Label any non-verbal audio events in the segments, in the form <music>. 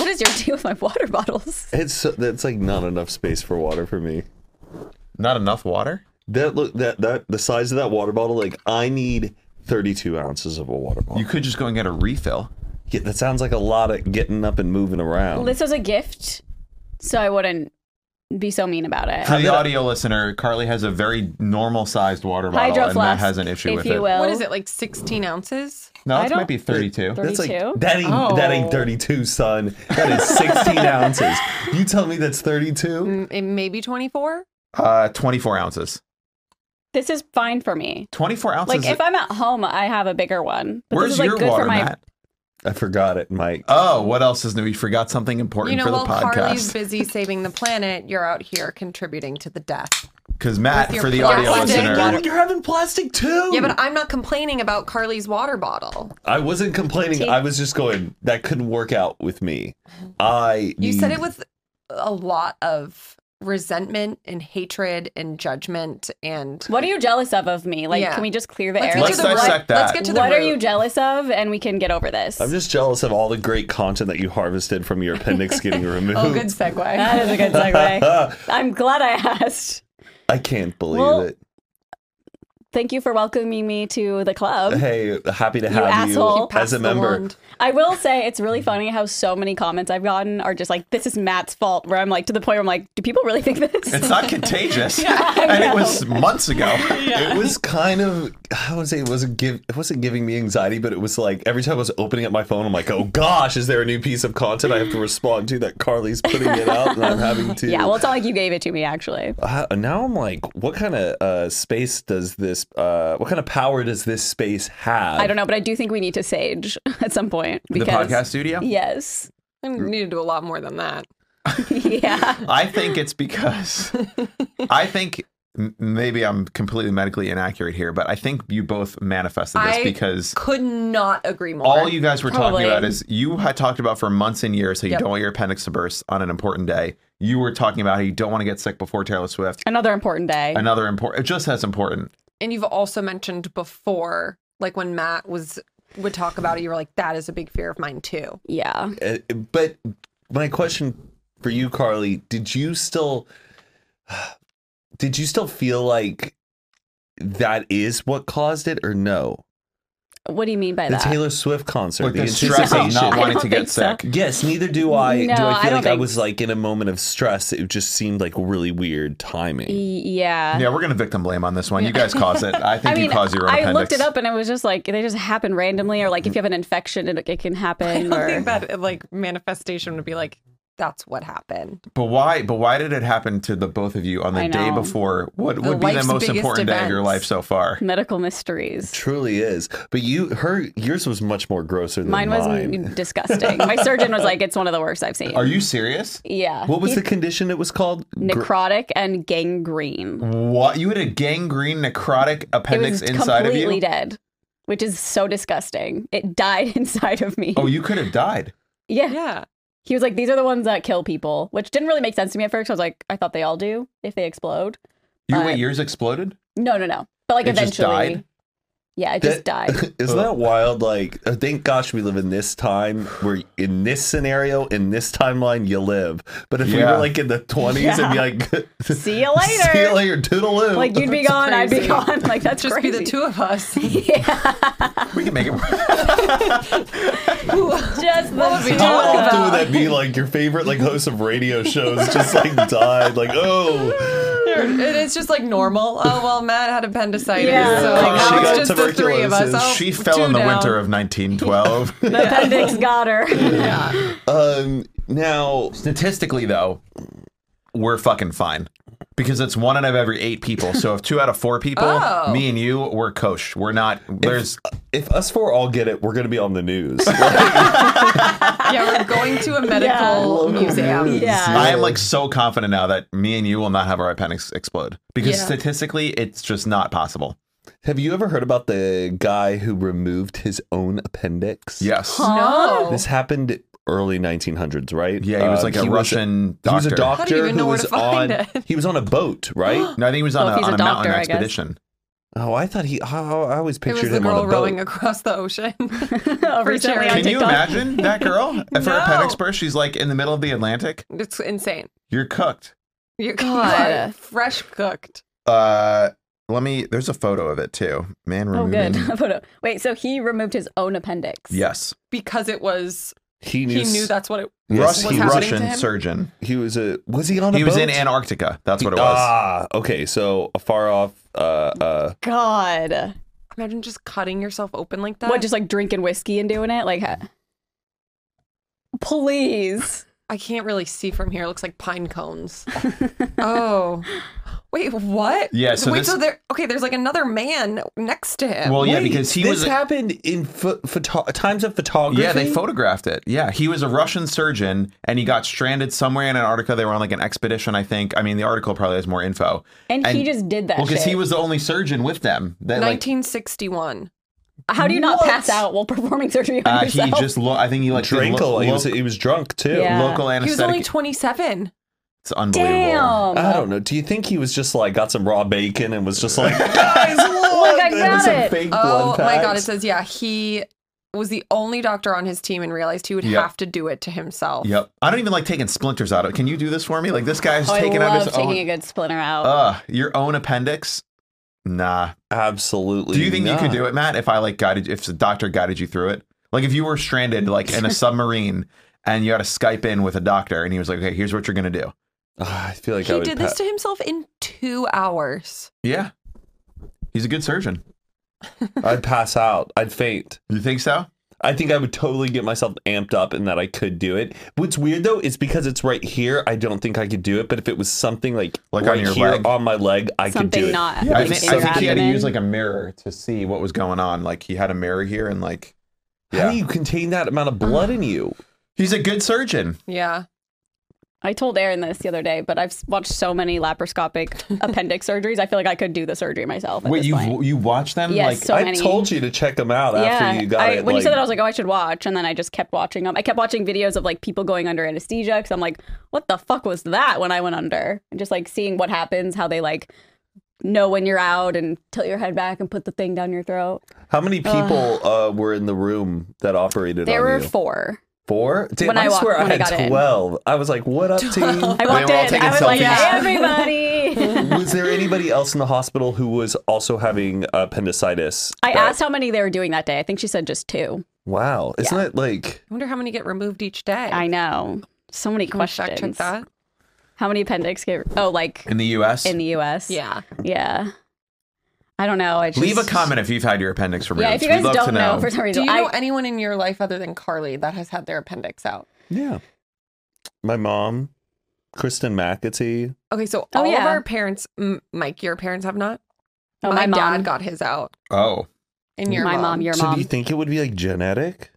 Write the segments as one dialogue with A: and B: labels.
A: is your <laughs> deal with my water bottles?
B: It's so- that's like not enough space for water for me.
C: Not enough water?
B: That look that that the size of that water bottle, like I need 32 ounces of a water bottle.
C: You could just go and get a refill.
B: Yeah, that sounds like a lot of getting up and moving around.
A: Well, this was a gift, so I wouldn't be so mean about it.
C: For the audio listener, Carly has a very normal sized water bottle,
A: Hydro
C: and Matt
A: flask,
C: has an issue
A: if
C: with
A: you
C: it.
A: will.
D: What is it, like 16 ounces?
C: No,
A: I
C: it
A: don't-
C: might be 32.
B: That's like
A: 32?
B: that ain't that ain't
D: Oh.
B: 32, son. That is
D: <laughs>
B: 16 ounces. You tell me that's 32?
D: M- Mm, it may be 24?
C: Uh, 24 ounces.
A: This is fine for me.
C: 24 ounces.
A: Like if I'm at home, I have a bigger one. But
C: Where's
A: this is like
C: your
A: good
C: water,
A: for my
C: Matt?
B: I forgot it, Mike.
C: Oh, what else is new? We forgot something important
D: You know,
C: for the
D: while Carly's
C: podcast.
D: busy saving the planet, you're out here contributing to the death.
C: Because Matt,
D: with your
C: for the audio
A: <laughs>
D: plastic
C: listener,
D: water-
B: You're having plastic too.
D: Yeah, but I'm not complaining about Carly's water bottle.
B: I wasn't complaining. I was just going that couldn't work out with me. I
D: You said it
B: need-
D: with a lot of resentment and hatred and judgment and
A: What are you jealous of of me? Like,
D: Yeah.
A: can we just clear the
D: Let's
A: air?
D: get to
C: Let's
D: the root.
C: dissect
D: Let's
C: that.
D: get to the
A: what are
D: root.
A: you jealous of? And we can get over this.
B: I'm just jealous of all the great content that you harvested from your
A: <laughs>
B: appendix getting removed.
D: Oh, good segue.
A: <laughs> that is a
C: <laughs>
A: good segue. I'm glad I asked.
B: I can't believe
A: Well-
B: it.
A: Thank you for welcoming me to the club.
B: Hey, happy to have you,
A: asshole.
B: as a member.
A: I will say it's really funny how so many comments I've gotten are just like, this is Matt's fault, where I'm like, to the point where I'm like, do people really think this?
C: it's not contagious.
A: I
C: and it
A: know.
C: was months ago.
B: It was kind of I would say it wasn't give it wasn't giving me anxiety, but it was like every time I was opening up my phone, I'm like, oh gosh, is there a new piece of content I have to respond to that Carly's putting it out and I'm having
A: <laughs> <laughs>
B: to
A: yeah, well, it's not like you gave it to me, actually.
B: Uh, now I'm like, what kind of uh, space does this? Uh, what kind of power does this space have?
A: I don't know, but I do think we need to sage <laughs> at some point.
C: The
A: Because,
C: podcast studio?
A: Yes. <laughs>
D: I need to do a lot more than that.
A: yeah.
C: I think it's because I think m- maybe I'm completely medically inaccurate here, but I think you both manifested this
D: I
C: because
D: could not agree more.
C: all you guys were
A: Probably.
C: talking about is you had talked about for months and years how you
D: Yep.
C: don't want your appendix to burst on an important day. You were talking about how you don't want to get sick before Taylor Swift.
A: Another important day.
C: Another important, just as important.
D: and you've also mentioned before, like when Matt was would talk about it, you were like, "That is a big fear of mine too."
A: Yeah.
B: Uh, but my question for you, Carly, did you still did you still feel like that is what caused it, or no?
A: What do you mean by
B: The
A: that?
B: Taylor Swift concert,
C: Like
B: the
C: the stress of
B: anticipation.
C: not
A: I
C: wanting
A: don't
C: to get
A: think so.
C: sick.
B: Yes, neither do I.
A: No,
B: do I
A: I
B: feel
A: don't
B: like I
A: think
B: was
A: so.
B: like in a moment of stress? It just seemed like really weird timing.
A: Y- yeah.
C: Yeah, we're gonna victim blame on this one. You guys caused it. I
A: <laughs>
C: think
A: I mean,
C: you caused your own
A: I
C: appendix.
A: looked it up and it was just like they just happen randomly, or like if you have an infection, it, it can
D: <laughs> I
A: happen.
D: don't
A: Or
D: think that like manifestation would be like, "That's what happened."
C: But why? But why did it happen to the both of you on the
A: I
C: day
A: know.
C: before? What would be the
D: life's
C: most
D: biggest
C: important day of your
D: events.
C: life so far?
A: medical mysteries.
B: Truly is, but you her yours was much more grosser than mine.
A: Mine was disgusting. My surgeon was like, "It's one of the worst I've seen."
C: Are you serious?
A: yeah.
B: What was
A: He-
B: the condition it was called? Gr-
A: necrotic and
C: Mm.
A: gangrene?
C: What you had a gangrene necrotic
A: It
C: appendix
A: was
C: inside of
A: completely
C: you?
A: dead, which is so disgusting. It died <laughs> inside of me.
C: Oh, you could have died.
A: yeah.
D: Yeah,
A: He was like, "These are the ones that kill people," which didn't really make sense to me at first. I was like, "I thought they all do if they explode."
C: You
A: But-
C: wait, yours exploded.
A: No, no, no. But like
C: It just
A: eventually,
C: died?
A: yeah, it
B: That-
A: just died.
C: <laughs>
B: Isn't that wild? Like, uh, thank gosh we live in this time where, in this scenario, in this timeline, you live. But if we
C: Yeah.
B: were like in the 20s, it'd be
A: Yeah.
B: like, <laughs>
A: See you later.
B: See you later, toodaloo.
A: Like you'd
B: <laughs>
A: be gone, I'd be
D: crazy.
A: gone. Like that's
D: just
A: crazy. <laughs>
D: be the two of us. Who
C: We can make it.
A: Just the two.
B: How
A: of
B: often
A: us.
B: would that be like your favorite like host of radio shows just like died? Like, oh,
D: it is just like normal. Oh well, Matt had appendicitis,
A: Yeah.
D: so like,
C: She
D: now
C: got
D: it's just the three of us.
B: tuberculosis.
D: Oh,
C: she fell
D: two
C: in the
D: down.
C: winter of 1912.
A: The appendix got <laughs>
D: <laughs>
A: her.
B: um, now
C: Statistically, though, we're fucking fine because it's one out of every eight people. So if two out of four people,
D: Oh.
C: me and you, we're kosh. We're not. There's
B: if us four all get it, we're gonna be on
A: <laughs>
B: the news.
D: Yeah, we're going to a medical museum.
B: news.
A: Yeah.
C: I am like so confident now that me and you will not have our appendix explode because
D: Yeah.
C: statistically, it's just not possible.
B: Have you ever heard about the guy who removed his own appendix?
C: Yes.
D: No.
B: This happened early 1900s, right?
C: Yeah, he was
B: Uh,
C: like a Russian
B: He was
C: doctor.
B: a doctor
D: How do you even
B: who
D: know where
B: was
D: to find
B: on.
D: it?
B: He was on a boat, right? <gasps>
D: <gasps>
C: No, I think he was on
A: Well, if
C: a,
A: he's
C: on
A: a
C: a mountain
A: doctor, I guess.
C: expedition.
B: Oh, I thought he. Oh, I always
D: It was
B: pictured
D: the
B: him on
D: girl
B: a boat.
D: rowing across the ocean. <laughs>
A: Oh,
D: For
A: recently
D: sure.
A: on
C: Can you
A: TikTok.
C: imagine that girl for a pet
D: No.
C: express? She's like in the middle of the Atlantic.
D: it's insane.
C: You're cooked.
D: You're
A: God.
D: <laughs> fresh cooked.
C: Uh, let me. There's a photo of it too. Man
A: Oh,
C: removing.
A: good. <laughs>
C: <laughs>
A: Photo. Wait, so he removed his own appendix.
C: Yes,
D: because it was
B: He knew.
D: he knew that's what it
B: Yes,
C: Rus-
B: he,
D: What's happening to
C: Russian
D: him?
C: surgeon.
B: he was a. Was he on a
C: He
B: boat?
C: was in Antarctica. That's what it was.
B: Ah, okay. So a far off. Uh, uh,
A: God.
D: imagine just cutting yourself open like that
A: What, just like drinking whiskey and doing it? Like, ha- please.
D: i can't really see from here it looks like pine
A: <laughs>
D: cones oh wait what
C: Yeah, so
D: wait
C: this-
D: so there okay there's like another man next to him
C: Well, yeah,
B: wait,
C: because he
B: this
C: was. a-
B: happened in pho- photo- times of
A: Oh,
B: photography.
C: yeah, they photographed it. Yeah, he was a Russian surgeon, and he got stranded somewhere in Antarctica. They were on like an expedition, I think. I mean, the article probably has more info.
A: And, he
C: And-
A: just did that
C: Well, because
A: shit.
C: he was the only surgeon with them. That like
D: 1961
A: How do you not
B: What?
A: pass out while performing surgery on
C: uh, he
A: yourself?
C: just. Lo- I think he like did
B: drank a
C: lo-
B: lot. He was
C: lo-
B: he was drunk too.
A: Yeah.
C: local
D: he was only
C: anesthetic.
D: 27
C: It's unbelievable.
A: <laughs> Damn.
B: I don't know. Do you think he was just like got some raw bacon and was just like,
A: <laughs>
B: guys, <laughs> look,
A: I
B: and
A: got
B: some
A: it.
B: fake
D: oh
B: blood
D: my god it
B: packs.
D: says yeah he was the only doctor on his team and realized he would
C: Yep.
D: have to do it to himself
C: Yep. I don't even like taking splinters out of. Can you do this for me? Like this guy's
A: Oh, I
C: taking
A: love
C: out his
A: taking
C: own.
A: a good splinter out.
C: uh, your own appendix. Nah.
B: Absolutely.
C: Do you think you could
B: not.
C: do it, Matt? If I like guided, if the doctor guided you through it, like if you were stranded like <laughs> in a submarine and you had to Skype in with a doctor and he was like, "Okay, here's what you're gonna do."
B: Ah, I feel like I
D: he
B: would
D: did
B: pa-
D: this to himself in two hours
C: Yeah. He's a good surgeon.
B: I'd pass out. I'd faint.
C: You think so?
B: I think I would totally get myself amped up in that I could do it. What's weird though is because it's right here, I don't think I could do it. But if it was something like,
C: Like on
B: right
C: your
B: here
C: leg?
B: on my leg, I could
A: Something
B: do it.
A: not.
C: I
A: like,
C: think,
A: in
C: I
A: your
C: think he had to
A: abdomen.
C: use like a mirror to see what was going on. Like he had a mirror here and like,
B: How
C: yeah.
B: do you contain that amount of blood in you?
C: He's a good surgeon.
D: yeah
A: I told Aaron this the other day, but I've s- watched so many laparoscopic
C: <laughs>
A: appendix surgeries. I feel like I could do the surgery myself. At
C: Wait,
A: this
C: you
A: point.
C: you watch them?
A: Yes,
C: like
A: so
B: I
A: many.
B: told you to check them out after you got
A: I,
B: it.
A: When you said
B: like-
A: that, I was like, oh, I should watch. And then I just kept watching them. I kept watching videos of like people going under anesthesia because I'm like, what the fuck was that when I went under? And just like seeing what happens, how they like know when you're out and tilt your head back and put the thing down your throat.
B: How many people uh, were in the room that operated
A: There
B: on
A: were
B: you?
A: four.
B: Four? Damn,
A: When
B: I,
A: I walked-
B: swear
A: when
B: I
A: I
B: had
A: got in.
B: 12. I was like,
A: <laughs>
B: what up, team?
A: I walked
C: were all
A: in.
C: taking
A: I was like,
B: <laughs>
D: selfies.
A: everybody.
B: was there anybody else in the hospital who was also having uh, appendicitis?
A: I
B: that-
A: asked how many they were doing that day. I think she said just two.
B: Wow. Isn't that like.
D: I wonder how many get removed each day.
A: I know. So many
D: Can we fact check
A: questions.
D: that?
A: How many appendix get? Oh, like
C: in the U.S.
A: in the U.S.
D: Yeah.
A: yeah. I don't know. I just,
C: Leave a comment if you've had your appendix removed.
A: Yeah, if you
C: We'd
A: guys
C: love
A: don't
C: to
A: know.
C: know.
A: for some
D: Do
A: reason,
D: you know
A: I,
D: anyone in your life other than Carly that has had their appendix out?
B: Yeah. My mom, Kristen McAtee.
D: Okay, so
A: Oh,
D: all of
A: yeah.
D: our parents, M- Mike, your parents have not.
A: oh, my,
D: my
A: mom,
D: dad got his out,
C: oh,
D: and your
A: my mom, your
B: so do
A: mom.
B: you think it would be like genetic?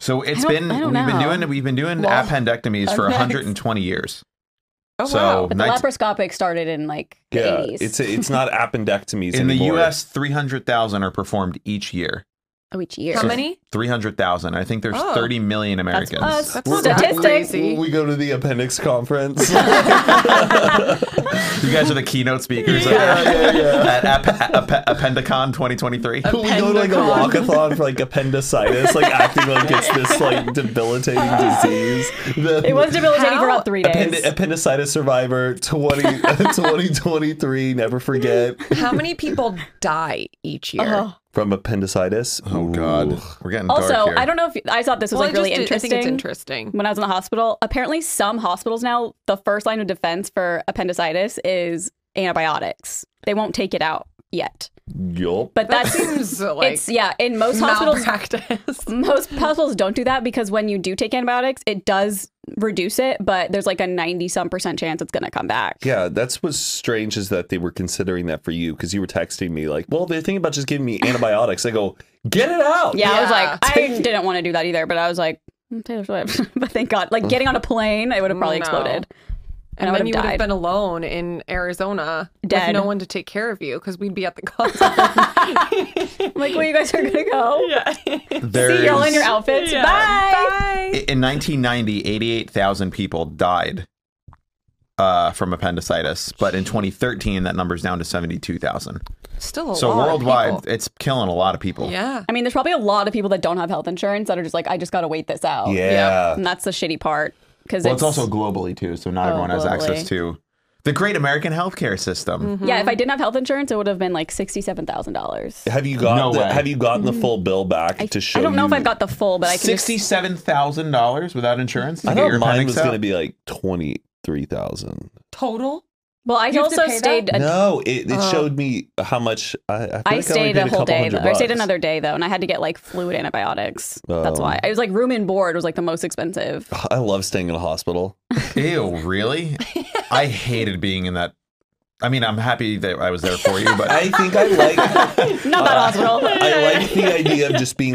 C: so it's
A: I don't-
C: been
A: I
C: we've
A: don't
C: been
A: know.
C: doing we've been doing
D: Well,
C: appendectomies for
A: <laughs>
D: appendix.
C: 120 years.
D: Oh
C: so <laughs>
D: wow!
A: but the
C: nineteen-
A: laparoscopic started in like the
B: Yeah.
A: 80s.
B: It's it's
A: <laughs>
B: not appendectomies
C: in the
B: anymore.
C: U.S., 300,000 are performed each year.
A: oh, each year.
D: How many?
C: 300,000. I think there's
D: Oh.
C: 30 million Americans.
A: us.
D: That's not
A: Statistics.
D: that crazy.
B: We, we go to the appendix conference.
A: <laughs>
C: you guys are the keynote speakers
B: Yeah, yeah, yeah.
C: at App- App- Appendicon 2023.
B: Can we go to Oh, like a
D: Appendicon.
B: walkathon for like appendicitis, like acting like it's this
A: <laughs>
B: like debilitating disease. The-
A: It was debilitating for
D: How-
A: about three days.
B: append- appendicitis survivor 20, <laughs> 2023, never forget.
D: How many people die each year?
A: Oh.
B: From appendicitis.
C: Oh
B: Ooh.
C: God, we're getting dark
A: also,
C: here.
A: I don't know if I thought this was
D: Well,
A: like
D: I
A: really
D: just- I
A: interesting.
D: think it's interesting.
A: when I was in the hospital, apparently some hospitals now, the first line of defense for appendicitis is antibiotics. They won't take it out yet.
B: Yup.
A: But
D: That
A: that's <laughs>
D: seems like
A: it's yeah, in most hospitals <laughs>
D: malpractice.
A: most hospitals don't do that because when you do take antibiotics, it does reduce it, but there's like a 90 some percent chance it's going to come back.
B: Yeah, that's what's strange is that they were considering that for you because you were texting me like, well, they're thinking about just giving me antibiotics. I go, get it out.
A: Yeah, I was
D: Yeah.
A: like, I didn't want to do that either, but I was like, "Mm, Taylor Swift. <laughs> but thank God, like getting on a plane, I would have probably
D: No.
A: exploded. And,
D: And,
A: I
D: then
A: would
D: you would
A: have
D: have
A: died.
D: been alone in Arizona
A: Dead.
D: with no one to take care of you because we'd be
A: <laughs>
D: at the concert.
A: like, well, you guys are gonna
D: <laughs>
A: go. See y'all in your outfits.
D: Yeah.
A: Bye.
D: Bye.
C: In 1990, 88,000 people died uh, from appendicitis, but in 2013 that number's down to 72,000.
D: Still a
C: So
D: lot. of
C: worldwide,
D: people.
C: it's killing a lot of people.
D: Yeah.
A: I mean, there's probably a lot of people that don't have health insurance that are just like, I just got to wait this out.
B: Yeah.
A: And that's the shitty part. Because
C: Well, it's, also globally too, so not
A: Oh,
C: everyone has access
A: globally.
C: to the great American healthcare system.
A: yeah,
D: Mm-hmm.
A: if I didn't have health insurance, it would have been like $67,000.
B: Have you got
C: No
B: the,
C: way.
B: Have you gotten the full bill back
A: Mm-hmm. I,
B: to show?
A: I don't know if
B: you-
A: I've got the full, but I can just-
C: Sixty-seven thousand dollars without insurance. To
B: I
C: get
B: thought
C: your
B: mine
C: appendix
B: was going to
C: out?
B: be like twenty three thousand.
D: Total.
A: Well, I
D: You have to
A: also
D: pay that?
A: stayed. A,
B: No, it, it
D: Oh.
B: showed me how much I. I, feel like I
A: I
B: only
A: stayed
B: paid
A: a whole
B: couple
A: day
B: hundred
A: though. I stayed
B: bucks.
A: another day though, and I had to get like fluid antibiotics. That's
B: Oh.
A: why I was like room and board was like the most expensive.
B: <sighs> I love staying in a hospital.
C: Ew,
A: <laughs>
C: really? I hated being in that. I mean, I'm happy that I was there for you,
B: <laughs>
C: but
B: I
A: <laughs>
B: think I like. uh,
A: Not that hospital.
B: <laughs> I like the idea of just being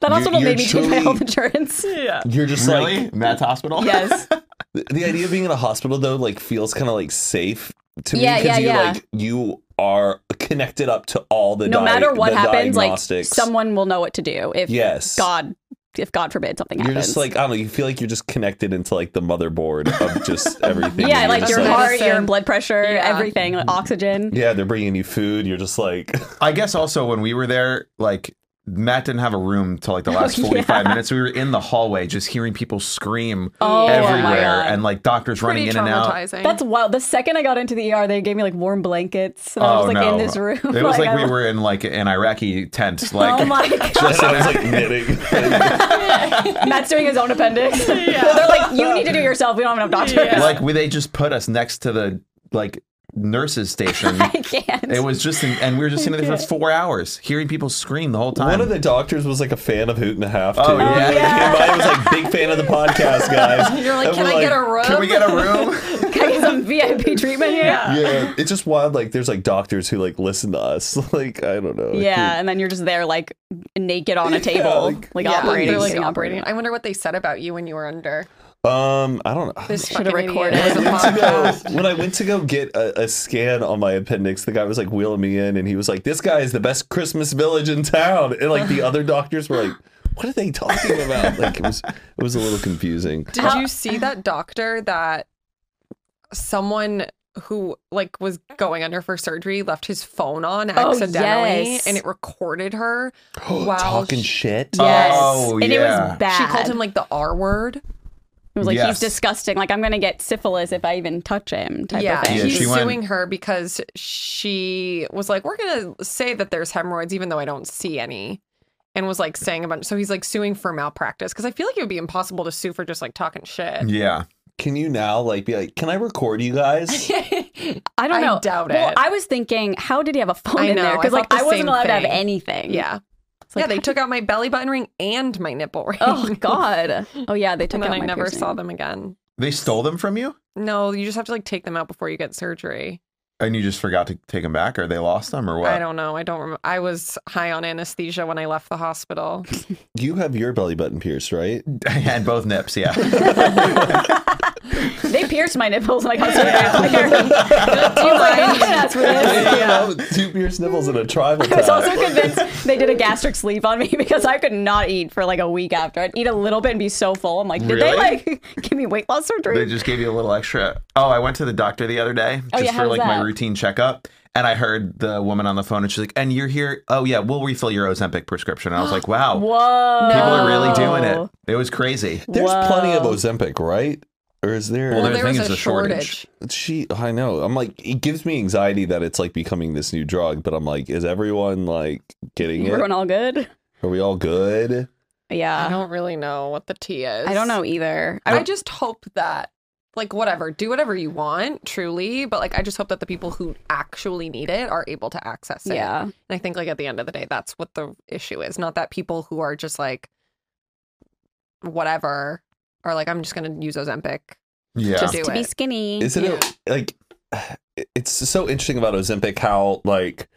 A: That
B: you're-
A: hospital
B: you're
A: made me change my
B: truly-
A: health insurance.
B: <laughs>
A: Yeah.
B: You're just
C: really,
B: like
C: Matt's hospital.
A: Yes.
B: the- the idea of being in a hospital though. Like feels kind of like safe to
A: Yeah,
B: me
A: yeah,
B: because you
A: yeah.
B: like you are connected up to all the
A: no
B: di-
A: matter what
B: the
A: happens, like
B: diagnostics.
A: someone will know what to do. If
B: Yes.
A: God, if God forbid something
B: You're
A: happens,
B: just like I don't know. You feel like you're just connected into like the motherboard of just everything.
A: yeah,
B: You're
A: like
B: just
A: your
D: like-
A: heart, your
D: Medicine.
A: blood pressure,
D: Yeah.
A: everything, like, oxygen.
B: Yeah, they're bringing you food. You're just like
C: <laughs>
B: <laughs>
C: <laughs> I guess also when we were there, like Matt didn't have a room till like the last
A: <laughs> Oh, yeah.
C: 45 minutes. We were in the hallway just hearing people scream
A: Oh, my
C: everywhere
A: God.
C: and like doctors running
D: Pretty
C: in and out.
D: traumatizing.
A: That's wild. The second I got into the ER, they gave me like warm blankets, and I was
C: oh
A: like
C: no.
A: in this room.
C: It was
A: <laughs>
C: like
A: I
C: we
A: was-
C: were in like an Iraqi tent.
A: <laughs>
C: Like
A: Oh my god.
B: <laughs> just I was like
C: <laughs>
B: knitting.
A: <laughs> Matt's doing his own
D: <laughs>
A: appendix. <laughs> They're like, you need to do it yourself. We don't have enough doctors.
C: like we, they just put us next to the like nurses
A: <laughs> <laughs>
C: station.
A: I can't.
C: it was just, and we were just sitting there for
A: <laughs>
C: four hours hearing people scream the whole time.
B: One of the doctors was like a fan of Hoot and a Half too.
C: Oh, yeah.
B: He came <laughs> by and was like big fan of the podcast, guys.
D: You're like,
B: And
D: can
B: we're
D: I get a room?
C: Can we get a room?
A: <laughs> Can I get some VIP treatment here? Yeah.
B: Yeah, it's just wild. Like there's like doctors who like listen to us. <laughs> Like I don't know.
A: and then you're just there, like naked on a table,
B: like-
A: like, operating,
D: They're like
A: getting
D: operating. I wonder what they said about you when you were under.
B: Um, I don't know.
D: This
A: Should've
D: fucking idiot
A: recorded.
D: has a
A: <laughs>
B: When I went
D: podcast.
B: to go- <laughs> when I went to go get a, a scan on my appendix, the guy was like wheeling me in, and he was like, "This guy is the best Christmas village in town," and like the other doctors were like, "What are they talking about?" Like it was it was a little confusing.
D: Did you see that doctor that someone who like was going under for surgery left his phone on
A: Oh,
D: accidentally
A: yes.
D: and it
A: <gasps>
D: recorded her
B: <gasps>
D: while
B: Talking
D: she,
B: shit.
A: Yes.
C: Oh,
A: and it
C: yeah.
A: was bad.
D: she called him like the R word.
A: It was like
C: Yes.
A: he's disgusting. Like I'm gonna get syphilis if I even touch him. Type
D: Yeah,
A: of thing.
C: Yeah,
D: he's
C: she went-
D: suing her because she was like, "We're gonna say that there's hemorrhoids, even though I don't see any," and was like saying a bunch. So he's like suing for malpractice because I feel like it would be impossible to sue for just like talking shit.
C: Yeah.
B: Can you now like be like, "Can I record you
D: <laughs>
B: guys?"
A: I don't
D: I
A: know.
D: doubt
A: well,
D: it.
A: I was thinking, how did he have a phone
D: I
A: in there?
D: know, I
A: Because like
D: thought
A: I
D: the
A: wasn't
D: same
A: allowed to have
D: thing.
A: anything.
D: yeah,
A: It's like,
D: yeah. They took out my belly button ring and my nipple ring. <laughs>
A: Oh God. Oh yeah, they took
D: and then
A: out
D: I
A: my
D: never
A: piercing.
D: saw them again.
C: They stole them from you?
D: No, you just have to like take them out before you get surgery.
C: And you just forgot to take them back or they lost them or what? <laughs>
D: I don't know. I don't remember. I was high on anesthesia when I left the hospital.
B: You have your belly button pierced, right?
C: I had both nips, yeah.
A: <laughs> They pierced my nipples and I got surgery. I
D: <laughs>
A: was like, I didn't ask for this.
B: yeah. <laughs> Two pierced nipples and a tribal
A: I was also
B: tattoo.
A: convinced they did a gastric sleeve on me <laughs> because I could not eat for like a week after. I'd eat a little bit and be so full. I'm like, did they
C: Really?
A: like <laughs> give me weight loss surgery?
C: they just gave you a little extra. Oh, I went to the doctor the other day just
A: Oh, yeah, how
C: for
A: was
C: like my
A: that?
C: routine checkup. And I heard the woman on the phone and she's like, and you're here. Oh, yeah, we'll refill your Ozempic prescription.
A: <gasps>
C: And I was like, wow,
A: Whoa.
C: people are really doing
D: Oh.
C: it. It was crazy.
B: There's plenty of
A: Whoa.
B: Ozempic, right? Or is there?
D: Well,
C: their
D: there
C: thing
D: was
C: is
D: a
C: a shortage.
D: shortage.
B: She, I know. I'm like, it gives me anxiety that it's like becoming this new drug, but I'm like, is everyone like getting it?
A: Everyone all good?
B: Are we all good?
D: I
A: Yeah.
D: don't really know what the T is.
A: Uh. I don't know either. I
D: I just hope that, like, whatever, do whatever you want, truly. But like, I just hope that the people who actually need it are able to access it.
A: Yeah.
D: And I think, like, at the end of the day, that's what the issue is. Not that people who are just like, whatever, are like, I'm just going to use Ozempic.
C: Yeah.
D: Just- do
A: to be
D: it.
A: skinny.
B: Isn't it like? It's so interesting about Ozempic how like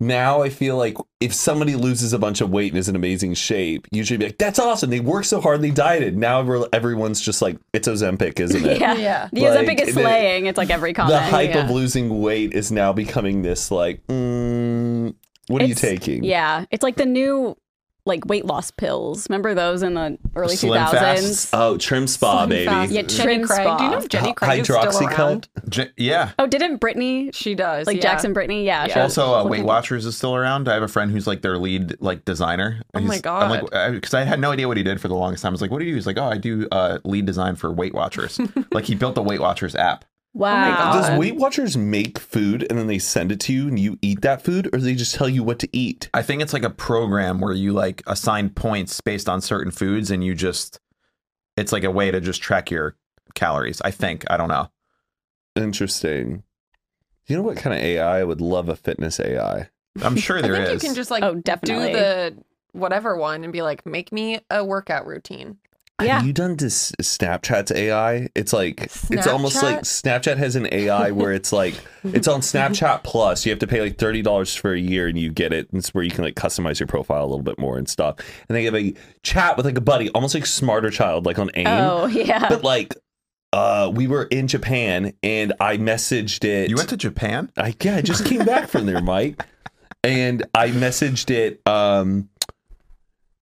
B: now I feel like if somebody loses a bunch of weight and is in amazing shape, usually be like, that's awesome. They worked so hard. They dieted. Now everyone- everyone's just like, it's Ozempic, isn't
A: <laughs>
B: it?
A: yeah.
D: Yeah.
A: The
B: Like,
A: Ozempic is
B: the-
A: slaying. It's like every comment.
B: the hype
D: yeah.
B: of losing weight is now becoming this like mm, what are you
A: It's-
B: taking
A: Yeah, it's like the new like weight loss pills. Remember those in the early two
C: Slim
A: thousands?
C: Fasts.
B: Oh, trim spa, baby.
A: Yeah,
D: Jenny
A: Trin
D: Craig.
A: Spa.
D: Do you know if Jenny
B: Hy-
D: Craig is still
B: hydroxycut?
D: around?
C: J- yeah.
A: Oh, didn't Brittany
D: She does.
A: like
D: yeah.
A: Jackson Brittany? Yeah.
D: Yeah.
A: she was
C: Also, uh,
A: looking-
C: Weight Watchers is still around. I have a friend who's like their lead like designer.
D: Oh
C: He's-
D: my
C: I'm like, because I had no idea what he did for the longest time. I was like, "What do you do?" He's like, "Oh, I do uh, lead design for Weight
D: <laughs>
C: Watchers." like he built the Weight Watchers app.
B: Oh
A: Wow.
D: God.
B: Does Weight Watchers make food and then they send it to you and you eat that food, or they just tell you what to eat?
C: I think it's like a program where you like assign points based on certain foods, and you just it's like a way to just track your calories. I think I don't know.
B: Interesting. You know what kind of AI I would love a fitness AI?
D: <laughs>
C: I'm sure
D: I
C: there is.
D: think you can just like
A: Oh,
D: do
A: definitely.
D: the whatever one and be like, make me a workout routine.
A: Yeah.
B: Have you done this Snapchat's AI? It's like it's almost like Snapchat has an AI where it's like it's on Snapchat Plus. You have to pay like thirty dollars for a year and you get it. And it's where you can like customize your profile a little bit more and stuff. And they have a chat with like a buddy, almost like Smarter Child, like on AIM.
A: Oh <laughs> yeah.
B: But like uh we were in Japan and I messaged it.
C: you went to Japan.
B: I yeah, I just came back from
C: <laughs>
B: there, Mike. And I messaged it. Um,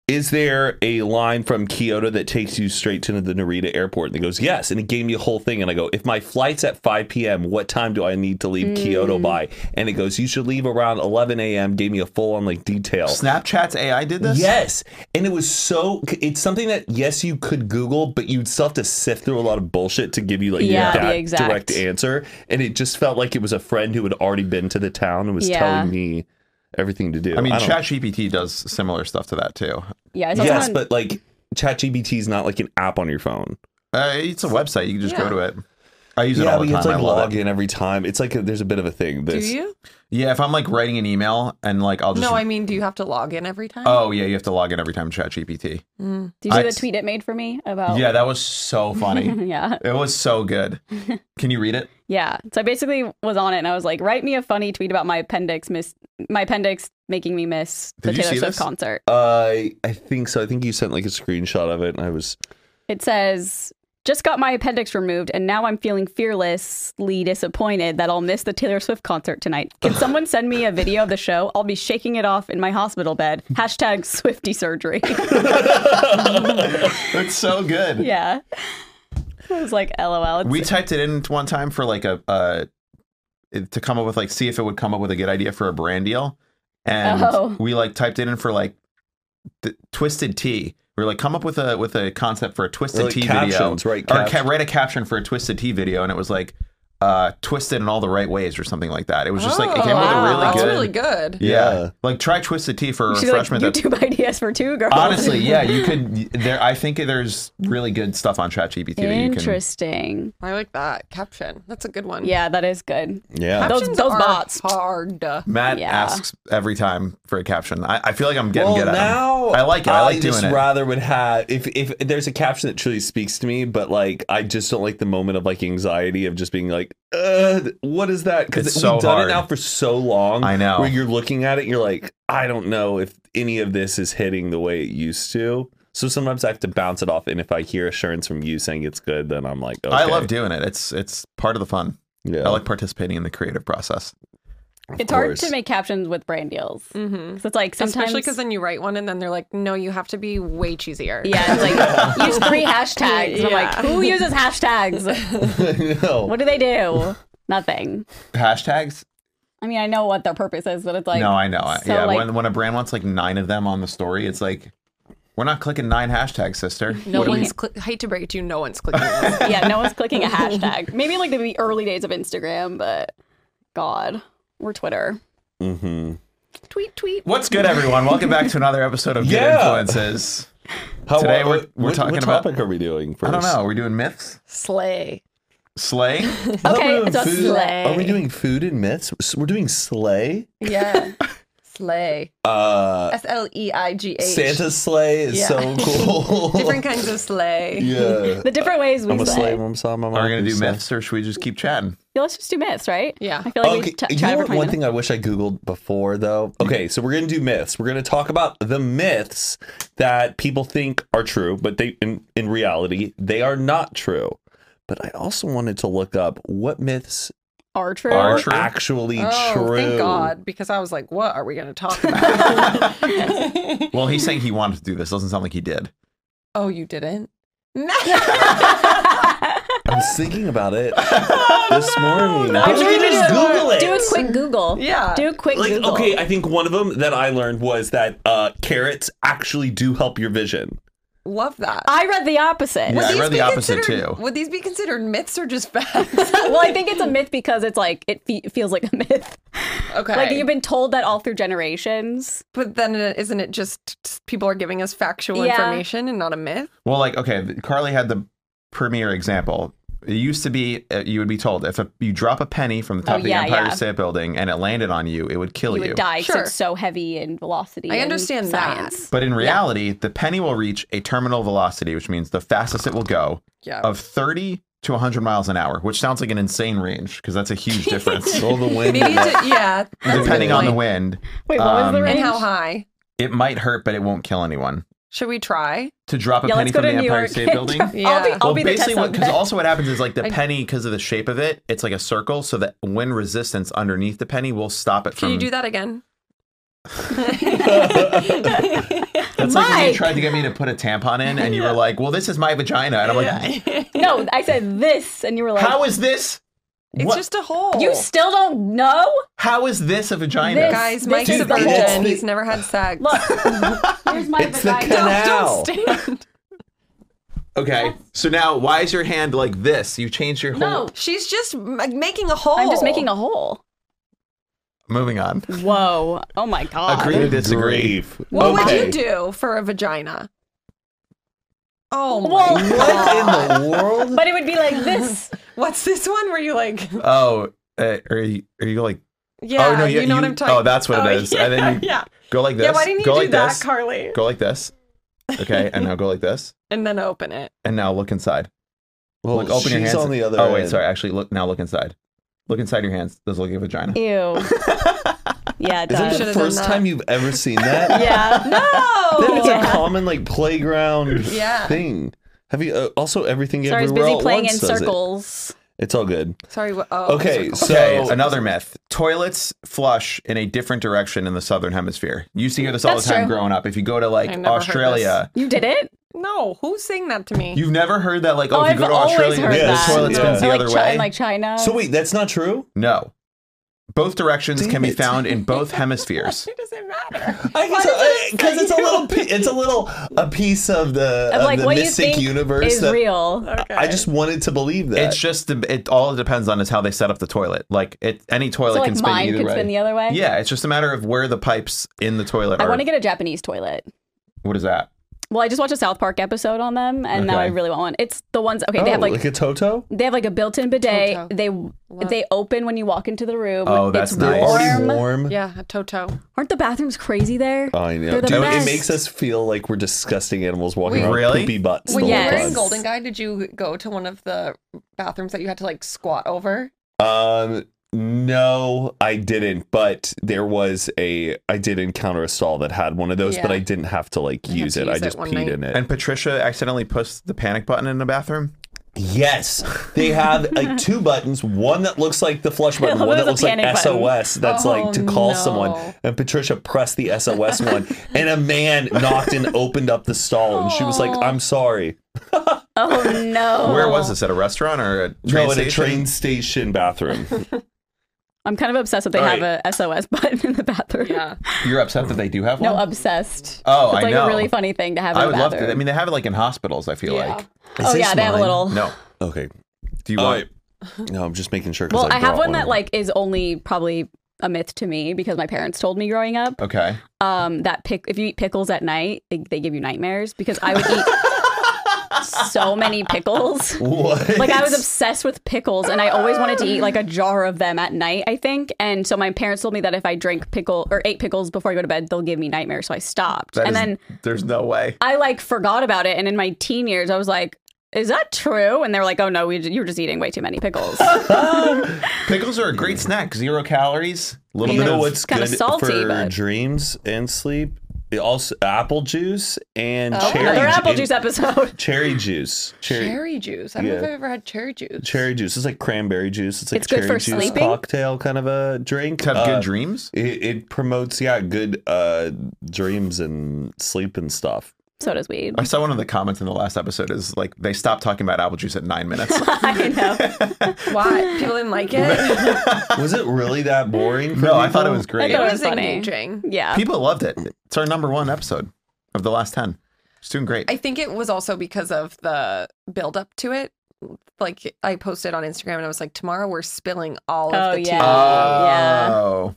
B: is there a line from Kyoto that takes you straight to the Narita airport? And it goes, yes. And it gave me a whole thing. And I go, if my flight's at 5 p.m., what time do I need to leave Kyoto by? And it goes, you should leave around 11 a.m. Gave me a full on like detail.
C: Snapchat's AI did this.
B: Yes. And it was so, it's something that, yes, you could Google, but you'd still have to sift through a lot of bullshit to give you like
A: Yeah,
B: that
A: the exact-
B: direct answer. And it just felt like it was a friend who had already been to the town and was
A: Yeah.
B: telling me everything to do.
C: I mean,
B: don't-
C: ChatGPT does similar stuff to that too.
A: yeah. I saw
B: yes,
A: someone-
B: but like ChatGPT is not like an app on your phone.
C: Uh, it's a website. You can just
D: Yeah.
C: go to it. I use it
B: yeah,
C: all
B: but
C: the
B: you
C: time.
B: have to
C: I
B: like
C: love
B: log
C: it.
B: in every time. It's like a, there's a bit of a thing.
D: Do
B: This
D: you?
C: Yeah, if I'm like writing an email and like I'll just.
D: No, I mean, do you have to log in every time?
C: oh yeah, you have to log in every time ChatGPT.
D: Mm.
A: Did you see
C: I-
A: the tweet it made for me
D: Oh.
A: about?
C: Yeah, that was so
D: <laughs>
C: funny.
A: <laughs> yeah.
C: it was so good. Can you read it?
A: Yeah. So I basically was on it and I was like, write me a funny tweet about my appendix miss my appendix making me miss the
C: Did you
A: Taylor
C: see
A: Swift
C: this?
A: concert.
B: Uh, I think so. I think you sent like a screenshot of it, and I was
A: It says just got my appendix removed and now I'm feeling fearlessly disappointed that I'll miss the Taylor Swift concert tonight. Can someone send me a video of the show? I'll be shaking it off in my hospital bed. Hashtag Swifty surgery.
C: <laughs>
A: <laughs>
C: It's so good.
A: yeah. I was like, LOL. It's,
C: We typed it in one time for like a uh, it- to come up with like see if it would come up with a good idea for a brand deal, and
A: Oh.
C: we like typed it in for like th- twisted tea. We were like, come up with a with a concept for a twisted
B: Or, like,
C: tea
B: captions,
C: video,
B: right,
C: Or
B: captions.
C: ca- write a caption for a twisted tea video, and it was like uh, twisted in all the right ways or something like that. It was just like it
D: Oh,
C: came up with a
A: wow.
C: really
D: That's
C: good.
D: really good.
C: Yeah.
B: Yeah.
C: Like try twisted tea for a
A: you should do, like,
C: refreshment. that's-
A: YouTube <laughs> ideas for two girls.
C: honestly, yeah, you could. There, I think there's really good stuff on ChatGPT that you can.
A: Interesting.
D: I like that caption. That's a good one.
A: Yeah, that is good.
B: yeah.
A: Those-
D: Captions
A: those
D: are
A: bots.
D: hard.
C: Matt
A: Yeah.
C: asks every time for a caption. I, I feel like I'm getting
B: well,
C: good at
B: now
C: it. I like it. I like doing
B: just
C: it.
B: rather would have if if there's a caption that truly speaks to me, but like I just don't like the moment of like anxiety of just being like, uh, what is that? Because
C: It's
B: we've
C: so
B: done
C: hard.
B: it now for so long.
C: I know.
B: Where you're looking at it, and you're like, I don't know if any of this is hitting the way it used to. So sometimes I have to bounce it off, and if I hear assurance from you saying it's good, then I'm like, okay.
C: I love doing it. It's it's part of the fun.
B: Yeah.
C: I like participating in the creative process.
A: It's hard to
B: course.
A: make captions with brand deals.
D: Mm-hmm.
A: 'Cause It's like sometimes. <laughs>
D: Especially because then you write one and then they're like, no, you have to be way cheesier.
A: yeah, it's
D: <laughs>
A: like use three hashtags. And I'm like,
D: Yeah.
A: who uses hashtags?
B: <laughs>
D: <laughs>
B: I know.
A: What do they do? Nothing.
C: Hashtags?
A: I mean, I know what their purpose is, but it's like,
C: no, I know. I-
A: so,
C: yeah,
A: like-
C: when when a brand wants like nine of them on the story, it's like we're not clicking nine
A: <laughs>
C: hashtags, sister.
D: No
C: What do we-
D: one's, cli- hate to break it to you, no one's clicking on <laughs> this.
A: yeah, no one's clicking a
C: <laughs>
A: hashtag. Maybe like the early days of Instagram, but God, we're Twitter.
B: Mm-hmm.
D: tweet, tweet.
C: What's good, everyone? Welcome back to another episode of Good
B: Yeah.
C: Influences. Today we're- we're
B: uh, what,
C: talking
B: what
C: about-
B: topic are we doing first?
C: I don't know. We're doing myths,
D: Slay.
A: <laughs>
C: slaying.
B: I thought
A: Okay,
B: we were doing
A: so
B: food.
A: slay.
B: Are we doing food and myths? S- We're doing sleigh.
C: <laughs>
D: Yeah. Slay.
B: Uh,
D: S L E I G H.
B: Santa's sleigh is
D: Yeah.
B: so cool.
D: Different kinds of sleigh.
B: <laughs>
C: <laughs>
B: yeah.
A: The different ways we
B: I'm a sleigh.
A: slay.
B: I'm sorry, my mom.
C: Are we gonna
B: is
C: do
B: sleigh.
C: myths, or should we just keep chatting?
A: Yeah, let's just do myths, right?
D: Yeah.
A: I feel like
B: okay,
A: we t-
B: you know
A: chat
B: what,
A: for
B: one
A: 20
B: thing I wish I googled before though. Okay, so we're gonna do myths. We're gonna talk about the myths that people think are true, but they in, in reality they are not true. But I also wanted to look up what myths
A: Are true.
B: are
C: true.
B: actually
D: oh,
B: true.
D: thank God, because I was like, what are we going to talk <laughs> about?
C: Well, he's saying he wanted to do this. Doesn't sound like he did.
D: oh, you <laughs> didn't? No.
B: I was thinking about it this morning.
D: no.
B: Why don't you
D: Actually,
B: just
D: do it.
B: Google it.
A: Do a quick Google.
D: Yeah.
A: Do a quick
B: like
A: Google.
B: okay, I think one of them that I learned was that uh, carrots actually do help your vision.
D: Love that.
A: I read the opposite.
C: Yeah, I
D: These
C: read the
D: be
C: opposite,
D: considered-
C: too.
D: Would these be considered myths or just <laughs> facts?
A: <laughs> well, I think it's a myth because it's like it fe- feels like a myth.
D: okay.
A: Like you've been told that all through generations.
D: but then it- isn't it just people are giving us factual
A: Yeah.
D: information and not a myth?
C: Well, like okay, Carly had the premier example. It used to be uh, you would be told if a, you drop a penny from the top
A: Oh,
C: of the
A: yeah,
C: Empire
A: yeah.
C: State Building and it landed on you, it would kill
A: You
C: you.
A: would die because
D: Sure.
A: it's so heavy in velocity.
D: I
A: and
D: understand that.
A: science.
C: But in reality, the penny will reach a terminal velocity, which means the fastest it will go
D: Yeah.
C: of 30 to 100 miles an hour, which sounds like an insane range because that's a huge
B: <laughs>
C: difference.
B: All
C: <laughs>
B: the wind.
D: Maybe it's a- yeah. that's a
C: Depending
D: good
C: on the
D: point.
C: wind,
A: Wait, what was the
C: Um,
A: range?
D: And how high?
C: it might hurt, but it won't kill anyone.
D: Should we try?
C: To drop a
A: yeah,
C: penny
A: let's go
C: from the
A: to New
C: Empire
A: York. <laughs>
C: State Building.
A: I'll be, I'll
C: well,
A: be the
C: basically,
A: test
C: what because
A: subject.
C: also what happens is like
D: <laughs>
C: the
D: I-
C: penny, because of the shape of it, it's like a circle, so the wind resistance underneath the penny will stop it from.
D: Can you do
A: <laughs>
D: that again?
C: That's like when you
A: Mike!
C: tried to get me to put a tampon in, and
D: <laughs>
C: you were like, "Well, this is my vagina," and I'm like,
A: no, I said this, and you were like,
C: "How is this?
D: It's
C: what?
D: just a hole.
A: you still don't know?
C: How is this a vagina?"
A: This-
D: guys,
A: This
D: Mike's
A: is
D: a
A: the
D: virgin.
B: whole-
D: He's never had sex.
A: Look,
C: <laughs>
A: here's my
B: It's the
A: vagina.
B: canal.
D: <laughs> don't stand.
C: Okay, so now why is your hand like this? You changed your
A: <laughs>
C: whole.
A: No,
D: She's just m- making a hole.
A: I'm just making a hole.
C: Moving on.
A: Whoa! Oh my god!
C: Agree to disagree.
B: Grief.
D: What
B: Okay.
D: would you do for a vagina? Oh my
A: Well-
C: <laughs>
D: god!
B: What in the world?
A: But it would be like this.
D: What's this one where you like?
C: Oh, uh, are you are you like?
D: Yeah,
C: oh no,
D: you, know what I'm talking.
C: Oh, that's what it is.
D: Yeah,
C: and then you
D: <laughs> yeah,
C: go like this.
D: yeah. Why didn't you
C: go
D: do
C: like
D: that,
C: this.
D: Carly?
C: Go like this. Okay, and now go like this.
D: And then open it.
C: And now look inside.
B: Well,
C: look, open
B: she's
C: your hands.
B: on the other.
C: oh wait,
B: end.
C: sorry. Actually, look now. Look inside. Look inside your hands. Those look like a vagina.
A: Ew. Yeah, it does.
B: Is that the
D: Should've done
B: first
D: that.
B: time you've ever seen
A: <laughs>
B: that?
A: Yeah.
B: That is
D: No.
B: a common
C: <laughs>
B: like playground
D: Yeah.
B: thing. Have you uh, also everything
A: Sorry, I was
B: everywhere
A: busy
B: All at
A: playing in
B: once does it.
A: circles.
B: It's all good.
D: Sorry. wha- Oh,
B: Okay, so
C: <laughs> Okay, another myth. Toilets flush in a different direction in the southern hemisphere. You used to hear this all
A: That's
C: the time
A: true.
C: growing up. If you go to
D: I
C: like
D: never heard
C: Australia,
A: You did it?
D: No, who's saying that to me?
C: you've never heard that like, oh,
A: oh,
C: if you
A: I've
C: go to
A: always
C: Australia,
A: heard
C: the
B: Yes,
A: that.
C: toilet
B: yeah.
C: spins the
A: Or like
C: other
A: Chi-
C: way.
A: and like China.
B: So wait, that's not true.
C: no. Both directions
B: Damn
C: can be
B: it.
C: found in both
A: <laughs>
C: hemispheres.
D: <laughs> it doesn't
C: <laughs>
D: matter.
B: I guess because it's a little, pi- it's a little a piece of the
A: of
B: of
A: like
B: uh, the
A: what you
B: mystic
A: think
B: universe
A: is
B: that
A: real.
D: Okay.
B: I just wanted to believe that.
C: It's just the, it all depends on is how they set up the toilet. Like it, any toilet
A: so like
C: can spin
A: mine
C: either
A: could
C: way.
A: spin the other way.
C: yeah, it's just a matter of where the pipes in the toilet
A: I
C: are.
A: want to get a Japanese toilet.
C: what is that?
A: Well, I just watched a South Park episode on them, and now I
C: Okay.
A: really want one. It's the ones. Okay,
B: oh,
A: they have
B: like,
A: like
B: a Toto.
A: they have like a built-in bidet.
D: Toto.
A: They they open when you walk into the room.
C: Oh,
A: It's
C: that's
B: They're
C: nice.
B: already
A: warm.
B: warm.
D: Yeah, a Toto.
A: Aren't the bathrooms crazy there?
C: Uh,
B: I know.
A: They're the
B: Dude,
A: best.
B: it makes us feel like we're disgusting animals walking
D: Wait,
B: around with
C: really?
B: poopy butts.
D: When
B: the
A: Yes.
D: you
B: whole
D: were in
B: time.
D: Golden Guy, did you go to one of the bathrooms that you had to like squat over?
B: Um, no, I didn't. But there was a. I did encounter a stall that had one of those, but
D: Yeah.
B: I didn't have to like
D: had
B: use
D: to
B: it.
D: use
B: I
D: it
B: just
D: one
B: peed
D: night.
B: in it.
C: And Patricia accidentally pushed the panic button in the bathroom.
B: yes, they have like two buttons. One that looks like the flush button.
A: love
B: One
A: that
B: that
A: there's
B: looks
A: a
B: like
A: panic button.
B: SOS. That's
D: Oh,
B: like to call
D: no.
B: someone. And Patricia pressed the SOS one, and a man knocked and opened up the stall, and she was like, "I'm sorry."
A: Oh no!
C: Where was this? At a restaurant or a train
B: No, at a
C: station?
B: train station bathroom.
A: I'm kind of obsessed that they
B: All
A: have a SOS <laughs> button in the bathroom.
C: <laughs> You're upset that they do have one.
A: No, obsessed.
C: Oh,
A: it's
C: I
A: like
C: know.
A: a really funny thing to have. In
C: I would
A: the
C: love
A: bathroom.
C: to. I mean, they have it like in hospitals. I feel
D: Yeah.
C: like.
A: oh yeah, they have a little.
C: No.
B: Okay.
C: Do you
B: All
C: want?
B: right. No, I'm just making sure. 'cause
A: Well, I, have
B: brought
A: one that
B: of-
A: like is only probably a myth to me because my parents told me growing up
C: Okay.
A: um, that pick if you eat pickles at night, they, they give you nightmares because I would eat
C: <laughs>
A: so many pickles.
B: <laughs> What?
A: Like I was obsessed with pickles and I always wanted to eat like a jar of them at night, I think. And so my parents told me that if I drank pickle or ate pickles before I go to bed, they'll give me nightmares. So I stopped.
C: That
A: and
C: is-
A: then
C: there's no way.
A: I like forgot about it. And in my teen years, I was like, is that true? And they were like, oh no, we, you were just eating way too many
C: <laughs>
A: pickles.
C: Pickles are a great snack. Zero calories. Little
B: You
C: bit
B: know
C: of
B: what's
A: kinda
B: good
A: salty,
B: for
A: but-
B: dreams and sleep? also apple juice and
D: Oh,
B: cherry
A: Another
B: ju-
A: apple
B: and
A: juice episode. <laughs>
B: Cherry juice. Cherry.
D: Cherry, juice. I don't know if
B: Yeah.
D: I've ever had cherry juice.
B: Cherry juice. It's like cranberry juice. It's like
A: It's good
B: cherry
A: for
B: juice
A: sleeping?
B: cocktail kind of a drink.
C: To have
B: Uh,
C: good dreams.
B: It, it promotes yeah good uh dreams and sleep and stuff.
A: So does
C: <laughs>
A: weed. <laughs>
C: I saw one of the comments in the last episode is like they stopped talking about apple juice at
A: <laughs>
C: nine minutes.
A: I know.
D: Why people
C: <laughs>
D: didn't like it?
B: Was it really that boring? For
C: no, I thought it
B: people?
C: was great.
A: I
D: it
A: thought-
D: was
A: funny.
D: engaging.
A: Yeah.
C: People loved it. It's our number one episode of the last ten. It's doing great.
D: I think it was also because of the build up to it. Like I posted on Instagram and I was like, tomorrow we're spilling all
A: Oh,
D: of the tea.
A: yeah. Yeah.
C: Oh,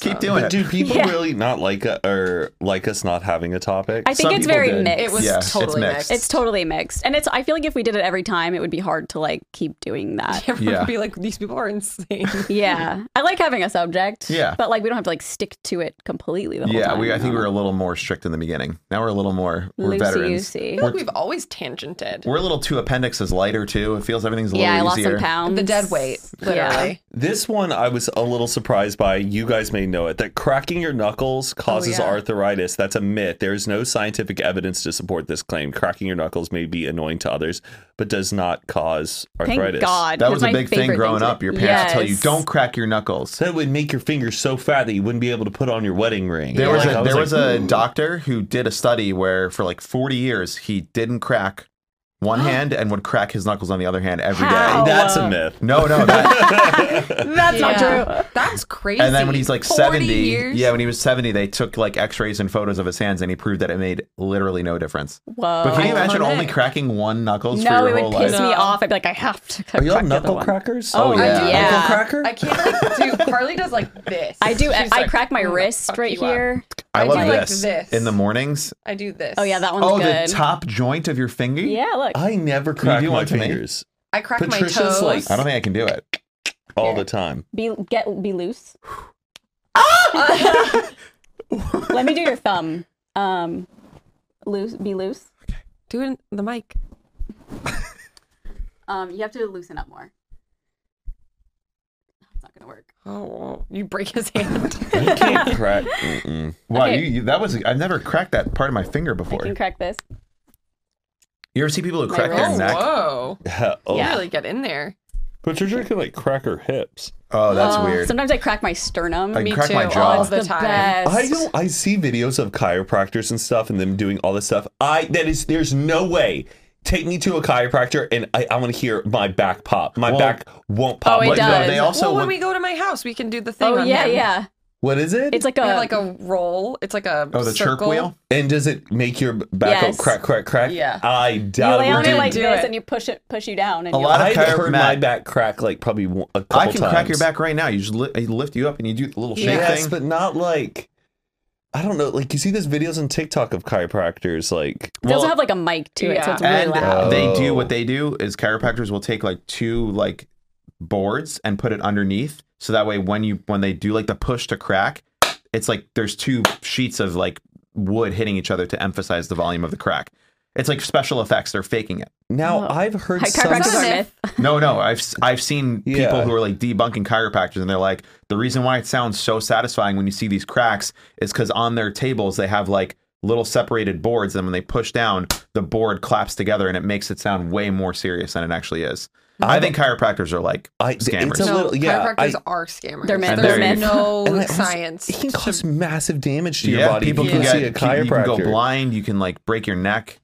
C: keep doing
B: But
C: it.
B: do people
A: Yeah.
B: really not like uh or like us not having a topic?
A: I think
C: Some
A: it's
C: people
A: very
C: did.
A: mixed.
D: It was
C: Yeah, it's
D: totally
C: mixed.
D: mixed.
A: It's totally mixed, and it's. I feel like if we did it every time, it would be hard to like keep doing that.
D: Everyone
C: Yeah.
D: would <laughs> be like, these people are insane.
A: yeah, I like having a subject.
C: Yeah.
A: but like we don't have to like stick to it completely the whole
C: yeah,
A: time.
C: we. I think
A: you
C: we were
A: know?
C: a little more strict in the beginning. Now we're a little more. We're veterans.
A: Loosey-goosey.
D: I feel <laughs> like we've always tangented
C: We're a little too appendixes lighter too. It feels everything's a little
A: Yeah, I lost
C: easier.
A: some pounds.
D: the dead weight, literally.
B: This one I was a little surprised by. You guys may know it that cracking your knuckles
A: Oh,
B: causes
D: yeah.
B: arthritis. That's a myth. There is no scientific evidence to support this claim. Cracking your knuckles may be annoying to others, but does not cause
A: Thank
B: arthritis.
A: God.
C: That
A: It's
C: was a
A: my
C: big thing
A: favorite
C: growing
A: to-
C: up. Your parents would tell you
A: Yes.
C: don't crack your knuckles.
B: That would make your fingers so fat that you wouldn't be able to put on your wedding ring.
C: There was
B: Like, I
C: a, there was
B: like,
C: a doctor who did a study where for like 40 years he didn't crack
A: <gasps>
C: one hand and would crack his knuckles on the other hand every day.
A: How?
B: That's a myth.
A: <laughs>
C: No, no, that,
A: <laughs> That's not
D: Yeah.
A: true.
D: That's crazy.
C: and then when he's like
D: 40
C: 70,
D: years?
C: yeah, when he was 70, they took like X-rays and photos of his hands, and he proved that it made literally no difference.
A: Whoa.
C: But can you imagine
D: Iconic.
C: only cracking one knuckles
A: Um, no,
C: for
A: it
C: your whole
A: would piss
C: life?
A: me
D: No.
A: off. I'd be like, I have to. crack
B: Are y'all
A: the other
B: knuckle
A: one.
B: crackers?
C: Oh,
D: I
C: yeah.
D: do.
A: Yeah.
B: Knuckle cracker?
D: I can't like, do. Carly does like this.
A: I do. I
D: She's like,
A: crack my
D: "I'm gonna
A: wrist
D: fuck
A: right
D: you up."
A: here.
C: I
D: I
C: love
D: do like
C: this.
D: this.
C: in the mornings.
D: I do this.
A: Oh yeah, that one's
C: oh,
A: good.
C: the top joint of your finger.
A: Yeah, look.
B: I never
C: You
B: crack
C: do
B: my
C: one to me.
B: fingers
D: I crack
B: Patricia's
D: my toes.
B: like-
C: I don't think I can do it.
B: all
A: <laughs>
B: the time.
A: Be get be loose.
D: Ah!
A: <laughs>
D: <laughs>
A: Let me do your thumb. Um, loose. Be loose.
D: do it in the mic.
A: Um, you have to loosen up more. It's not gonna work.
D: Oh, you break his hand.
B: You can't crack. Mm-mm. <laughs>
C: Wow,
A: Okay.
C: you, you, that was I've never cracked that part of my finger
A: I
C: before.
A: can crack this.
C: You ever see people who
A: My
C: crack their
A: wrist.
C: neck?
D: Oh, whoa!
B: oh.
D: You
A: Yeah.
D: really get in there.
B: Patricia can like crack her hips.
C: Oh, that's
A: Oh,
C: weird.
A: Sometimes I crack my sternum.
C: I
D: Me
C: crack
D: too.
C: my
D: All
C: jaw.
D: the,
A: the,
D: time.
A: best.
B: I don't. I see videos of chiropractors and stuff, and them doing all this stuff. I that is. There's no way. Take me to a chiropractor, and I, I want to hear my back pop. My
C: Well-
B: back won't pop.
A: Oh, it
B: What-
C: But no,
A: does.
C: they also
D: well, when
C: want-
D: we go to my house, we can do the thing.
A: Oh
D: on
A: yeah,
D: him.
A: yeah.
B: what is it?
A: It's like a
D: We have like a roll. It's like a
C: oh the chirp
D: circle.
C: wheel.
B: and does it make your back
A: Yes.
B: go crack, crack, crack?
D: Yeah.
B: I
A: you
B: doubt
A: lay
B: it.
A: on
B: would
A: it
B: do-
A: like
D: do
A: this,
D: it.
A: and you push it push you down, and
C: A
A: you're
C: lot of
A: like,
B: I've heard my
C: Chiromatic.
B: back crack like probably one- a couple
C: I can
B: times.
C: crack your back right now. You just li- I lift you up and you do the little shake
B: Yes,
C: thing.
B: but not like I don't know. Like you see those videos on TikTok of chiropractors, like
A: They also
C: Well,
A: have like a mic to it, so it's
D: yeah.
A: really
C: and uh,
A: loud.
C: they do what they do is chiropractors will take like two like boards and put it underneath, so that way when you when they do like the push to crack, it's like there's two sheets of like wood hitting each other to emphasize the volume of the crack. It's like special effects. They're faking it.
B: now
A: Oh.
B: I've heard
A: Hi-
B: some.
A: Chiropractors
D: Is that
A: are
D: a
A: myth.
C: No, no, I've s- I've seen people
B: Yeah.
C: who are like debunking chiropractors, and they're like, the reason why it sounds so satisfying when you see these cracks is because on their tables they have like little separated boards, and when they push down, the board claps together, and it makes it sound way more serious than it actually is. I think chiropractors are like
B: I- it's
C: scammers.
B: a
D: No,
B: little- yeah,
D: chiropractors
B: I-
D: are scammers.
A: They're myth.
D: There's
C: <laughs> And they're myth.
D: no
B: And that also-
D: science.
B: It can
D: to-
B: cause massive damage to your
C: yeah,
B: body.
C: people
B: if
C: can
B: you
C: get
B: see a
C: you can go
B: chiropractor.
C: blind. You can like break your neck.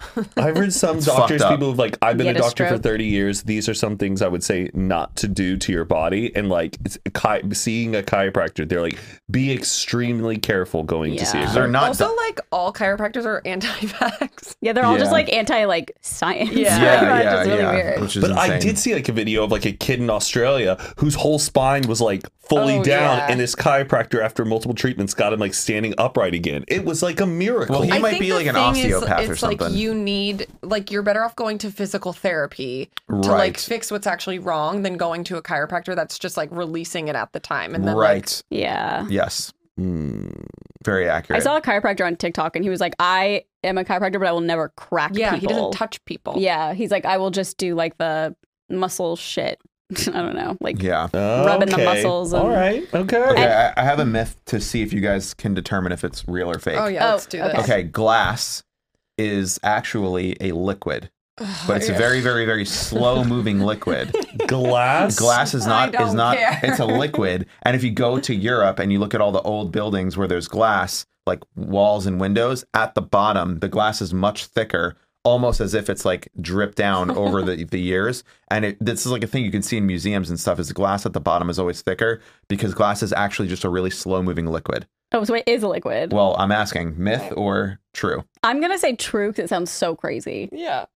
B: <laughs> I've heard some
C: It's
B: doctors,
C: fucked up.
B: people who've like, I've been
A: Get
B: a
A: a
B: doctor for
A: stroke.
B: 30 years. These are some things I would say not to do to your body. And like it's a chi- seeing a chiropractor, they're like, be extremely careful going to see a
A: Yeah.
C: They're
B: chiropractor.
C: not. <laughs>
D: also, like all chiropractors are anti-vax.
A: Yeah, they're all
C: Yeah.
A: just like anti like science.
D: Yeah.
A: Chiropractors is really weird.
C: Which is
B: But I
C: insane.
B: did see like a video of like a kid in Australia whose whole spine was like fully
D: Oh,
B: down,
D: yeah.
B: and this chiropractor, after multiple treatments, got him like standing upright again. It was like a miracle.
C: Well, he-
D: I
C: might
D: think
C: be,
D: the
C: like, an
D: thing
C: osteopath
D: is,
C: or
D: it's Like
C: something.
D: you need, like you're better off going to physical therapy to
C: Right.
D: like fix what's actually wrong than going to a chiropractor that's just like releasing it at the time and then like,
C: right.
A: <laughs> Yeah.
C: yes.
B: Hmm.
C: Very accurate.
A: I saw a chiropractor on TikTok and he was like, I am a chiropractor, but I will never crack
D: yeah,
A: people.
D: he doesn't touch people.
A: Yeah. He's like, I will just do like the muscle shit. <laughs> I don't know, like
C: Yeah.
A: Rubbing the muscles and-
B: All right. Okay.
C: Okay, I, I have a myth to see if you guys can determine if it's real or fake.
D: Oh yeah,
A: Oh,
D: let's do this.
A: okay.
C: Okay, glass is actually a
D: <sighs>
C: liquid, but it's a very, very, very slow moving liquid.
B: Glass.
C: Glass is
D: I
C: not is
D: don't
C: not
D: care.
C: <laughs> it's a
D: <laughs>
C: liquid. And if you go to Europe and you look at all the old buildings where there's glass, like walls and windows, at the bottom the glass is much thicker, almost as if it's like dripped
D: <laughs>
C: down over the, the years. And it, this is like a thing you can see in museums and stuff. Is the glass at the bottom is always thicker because glass is actually just a really slow moving liquid.
A: oh, so it is a liquid.
C: Well, I'm asking myth or true.
A: I'm gonna say true because it sounds so crazy.
D: Yeah.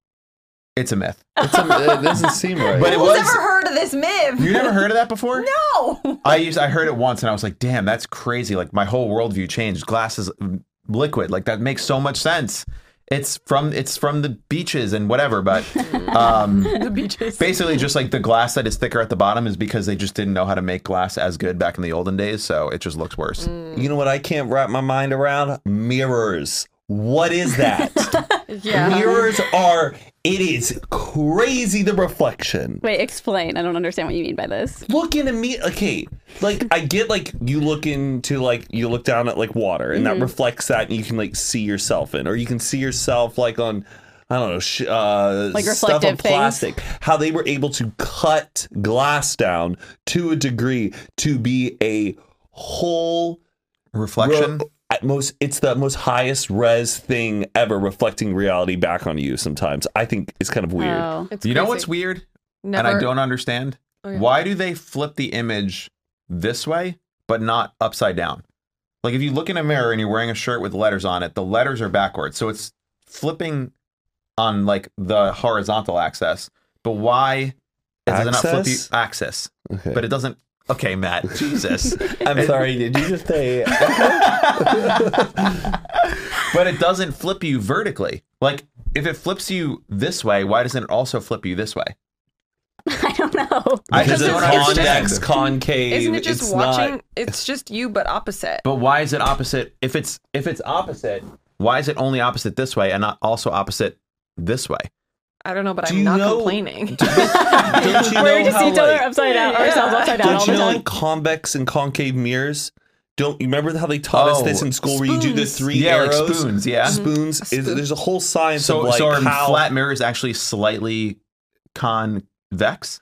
C: It's a myth.
B: It's a, it doesn't seem right.
C: But it
D: Who's
C: was-
D: ever heard of this myth?
C: You never heard of that before?
D: <laughs> no.
C: I used I heard it once and I was like, damn, that's crazy. Like my whole worldview changed. Glass is mm, liquid. Like that makes so much sense. It's from it's from the beaches and whatever,
D: <laughs>
C: but um
D: The beaches.
C: basically just like the glass that is thicker at the bottom is because they just didn't know how to make glass as good back in the olden days, so it just looks worse.
D: Mm.
B: you know what? I can't wrap my mind around mirrors. What is that? Mirrors are. It is crazy the reflection.
A: <laughs> Wait, explain. I don't understand what you mean by this.
B: look in a me okay like i get like you look into like you look down at like water and
A: Mm-hmm.
B: that reflects that and you can like see yourself in or you can see yourself like on i don't know sh- uh
A: Like
B: stuff on
A: reflective things.
B: plastic how they were able to cut glass down to a degree to be a whole
C: Reflection.
B: Ro- at most it's the most highest res thing ever reflecting reality back on you sometimes i think it's kind of weird
A: Oh. <laughs>
D: It's
C: you know
D: crazy.
C: what's weird?
D: Never.
C: And I don't understand?
D: Oh, yeah.
C: Why do they flip the image this way but not upside down? Like if you look in a mirror and you're wearing a shirt with letters on it, the letters are backwards. So it's flipping on like the horizontal axis. But why does it not flip the
B: Axis?
C: axis?
B: Okay.
C: But it doesn't Okay,
B: <laughs>
C: Matt. Jesus.
B: i'm sorry did you just
C: <laughs>
B: say
C: but it doesn't flip you vertically. Like if it flips you this way, why doesn't it also flip you this way?
A: I don't know.
C: I
B: because it's
C: just don't understand.
B: convex, concave.
D: Isn't it just
B: it's
D: watching?
B: Not,
D: It's just you, but opposite.
C: But why is it opposite? If it's if it's opposite, why is it only opposite this way and not also opposite this way?
D: I don't know, but
B: Do
D: I'm
B: you
D: not
B: know-
C: <laughs>
D: complaining.
B: <laughs>
D: <laughs>
B: don't you
A: <laughs> Where we
B: know
A: just
B: how,
A: see each other
B: like-
A: upside down, ourselves upside down all
B: don't
A: the
B: you know
A: time.
B: like convex and concave mirrors? Don't you remember how they taught us
C: Oh,
B: this in school where you do the
D: spoons.
B: three
C: Yeah, like
B: arrows?
C: spoons, yeah.
A: Mm-hmm.
B: Spoons
D: A
B: is
D: spoon.
B: there's a whole science
C: So
B: of like
C: so are
B: how
C: flat mirrors actually slightly convex?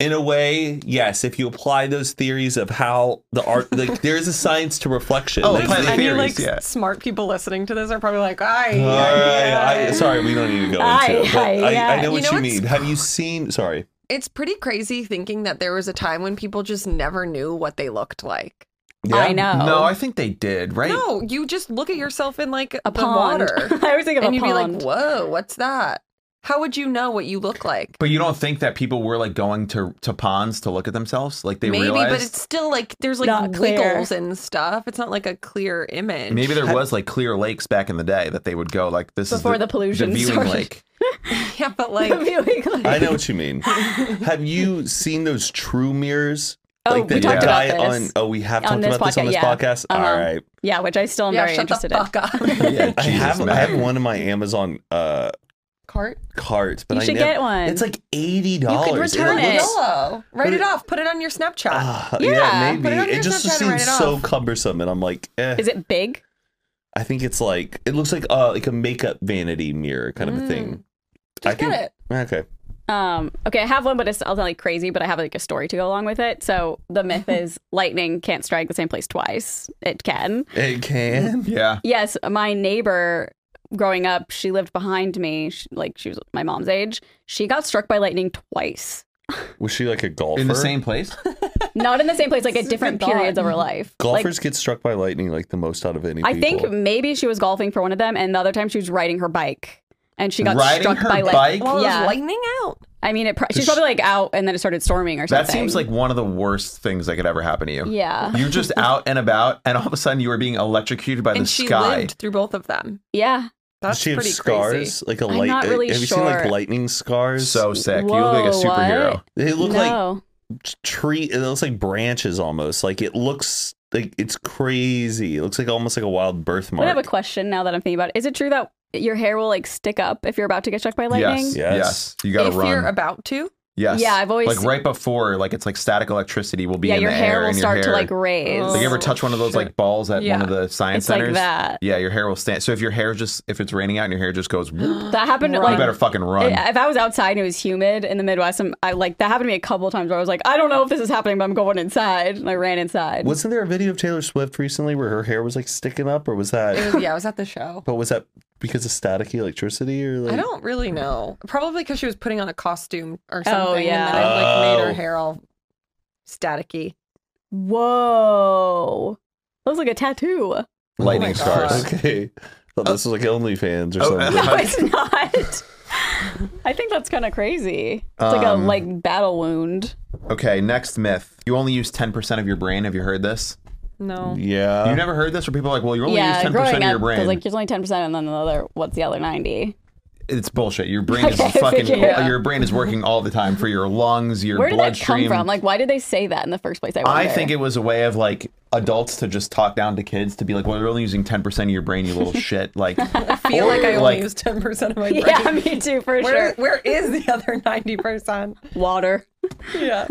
B: in a way, yes, if you apply those theories of how the art
A: <laughs>
B: like there is a science to reflection.
C: Oh,
B: Like,
C: apply the
B: they-
D: Any
C: theories,
D: like
C: yeah.
D: smart people listening to this are probably like, I.
B: all right, I, sorry, we don't need to go into it. But
A: Aye, aye,
B: I, I
A: aye.
B: know
A: You
B: what
D: know
B: you
D: what's
B: mean. Have you seen? Sorry,
D: It's pretty crazy thinking that there was a time when people just never knew what they looked like.
A: I know.
C: No, I think they did, right?
D: No, you just look at yourself in like
A: a
D: the
A: pond.
D: <laughs> water,
A: <laughs> I always think of
D: and
A: a
D: you'd
A: pond. <laughs>
D: be like, "Whoa, what's that? How would you know what you look like?"
C: But you don't think that people were like going to to ponds to look at themselves? Like they
D: maybe,
C: realized
D: but it's still like there's like
A: Not clear.
D: wiggles and stuff. It's not like a clear image.
C: maybe there was like clear lakes back in the day that they would go like this
A: Before
C: is
A: the pollution
C: the viewing
A: started.
C: lake.
D: yeah, but like
B: I know what you
A: <laughs>
B: mean. Have you seen those true mirrors?
A: Oh, we
B: that
A: talked
B: guy
A: about this.
B: On, oh, we have
A: On
B: talked
A: this
B: about this on
A: podcast,
B: this
A: yeah.
B: podcast.
A: Uh-huh.
B: All right.
A: yeah, which I still am
D: yeah,
A: very
D: shut the
A: interested
D: fuck up.
C: <laughs> Yeah,
B: I
C: Jesus,
B: have I
C: Matt.
B: have one in my Amazon uh
D: Cart.
B: cart, but
A: You
B: I
A: should
B: never-
A: get one.
B: It's like eighty dollars.
A: could return it.
D: Yellow. Write
B: Put it-
D: it,
B: Ah,
D: off. Put it on your Snapchat.
B: yeah,
A: Yeah,
B: maybe
D: put it on
B: it,
D: your
B: just
D: Snapchat and write
B: seems
D: it
B: so
D: off.
B: cumbersome, and I'm like, eh.
A: in. Is it big?
B: I think it's like it looks like uh like a makeup vanity mirror kind of a
A: Mm.
B: thing. I
D: Just get it.
B: Okay.
A: Um, okay, I have one, but it's not like crazy. But I have like a story to go along with it. So the
D: <laughs>
A: myth is lightning can't strike the same place twice. It can.
B: It can.
C: Yeah.
A: Yes, my neighbor growing up, she lived behind me. She, like she was my mom's age. She got struck by lightning twice.
B: Was she like a golfer?
C: In the same place?
A: Not in the same place, like at
D: This is
A: different
D: good thought.
A: periods of her life. Like,
B: Golfers get struck by lightning like the most out of any.
A: I think
B: people.
A: maybe she was golfing for one of them, and the other time she was riding her bike, and she got
C: Riding
A: struck
C: her
A: by like.
C: bike?
D: Well, it
A: Yeah.
D: was lightning out.
A: I mean, it. Pro- she's probably like out, and then it started storming or something.
C: That seems like one of the worst things that could ever happen to you.
A: Yeah,
C: You're
A: <laughs>
C: just out and about, and all of a sudden you are being electrocuted by the
D: and she
C: sky.
D: lived through both of them.
A: yeah.
B: Does
D: That's
B: she have
D: pretty
B: scars
D: crazy.
B: like a
A: I'm
B: light. eh,
A: not really
B: have you seen like
A: sure.
B: lightning scars?
C: So sick. you look like a
A: Whoa, what?
C: superhero.
B: they look like
A: no.
B: tree it looks like branches almost like it looks like it's crazy it looks like almost like a wild
A: I have a
B: birthmark
A: question now that I'm thinking about it. Is it true that your hair will like stick up if you're about to get struck by lightning?
C: Yes, yes.
B: Yes.
C: You gotta
D: if
C: run.
D: you're about to,
C: Yes.
A: Yeah, I've always
C: like
A: seen-
C: right before, like it's like static electricity will be
A: yeah,
C: in
A: your
C: the
A: hair
C: air
A: will
C: and
A: start
C: your
A: to
C: hair.
A: like raise.
C: Like you ever touch one of those
D: Shit.
C: like balls at one
D: Yeah.
C: of the science
A: it's
C: centers?
A: like that.
C: Yeah, your hair will stand. So if your hair just if it's raining out and your hair just goes,
A: <gasps>
C: whoop, you
A: That happened
D: Run.
A: like
C: better fucking run.
A: if I was outside and it was humid in the Midwest, I'm, I like that happened to me a couple times where I was like, I don't know if this is happening, but I'm going inside, and I ran inside.
B: Wasn't there a video of Taylor Swift recently where her hair was like sticking up, or was that?
D: It was, yeah, I was at the show.
B: <laughs> But was that because of staticky electricity, or like?
D: I
B: <laughs>
D: don't really know. Probably because she was putting on a costume or
A: yeah.
D: something. And then it, like made
B: Oh.
D: her hair all staticky.
A: Whoa, that was like a
C: <laughs>
A: tattoo. <laughs>
C: Lightning
D: Oh my
C: stars.
D: God.
B: Okay. Thought this was like OnlyFans or
C: Oh,
A: <laughs>
B: something.
A: No, it's not. I think that's kind of crazy. It's like a
C: Um,
A: like battle wound.
C: Okay, next myth. You only use ten percent of your brain. Have you heard this?
D: No.
B: Yeah.
C: you never heard this? Where people are like, well, you only use
A: Uh-huh. Yeah,
C: ten percent
A: growing
C: of your
A: up,
C: brain.
A: because like there's only ten percent, and then the other, what's the other ninety?
C: it's bullshit.
A: <laughs>
C: Your brain is
A: Okay, I
C: fucking.
A: figured. Yeah.
C: Your brain is working all the time for your lungs, your
A: Where did that
C: bloodstream.
A: come from? Like, why did they say that in the first place? I,
C: I
A: wonder. <laughs>
C: think it was a way of like adults to just talk down to kids to be like, well, you're only using ten percent of your brain, you
A: <laughs>
C: little shit. Like,
D: I feel like I only
C: like-
D: use 10% <laughs> of my brain.
A: Yeah, me too, for sure.
D: Where, where is the other 90%?
A: Water.
D: <laughs> Yeah.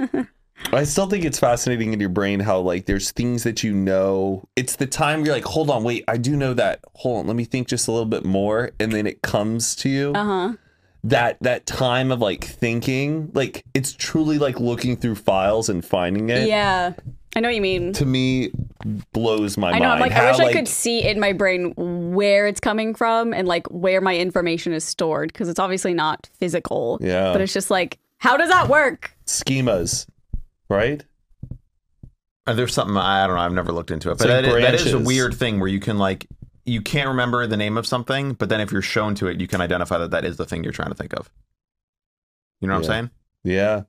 B: I still think it's fascinating in your brain how like there's things that you know. It's the time you're like, hold on, wait, I do know that. Hold on, let me think just a little bit more, and then it comes to you.
A: Uh huh.
B: That that time of like thinking, like it's truly like looking through files and finding it.
A: Yeah, I know what you mean.
B: To me, blows my
A: I
B: mind.
A: know. I'm like, I
B: How,
A: wish I
B: like-
A: could see in my brain where it's coming from and like where my information is stored because it's obviously not physical.
B: Yeah.
A: But it's just like, how does that work?
B: schemas, right?
C: Uh, There's something I don't know. I've never looked into it, but
B: like
C: that is- that is a
B: branches.
C: weird thing where you can like you can't remember the name of something, but then if you're shown to it, you can identify that that is the thing you're trying to think of. You know what
B: Yeah.
C: I'm saying?
B: Yeah.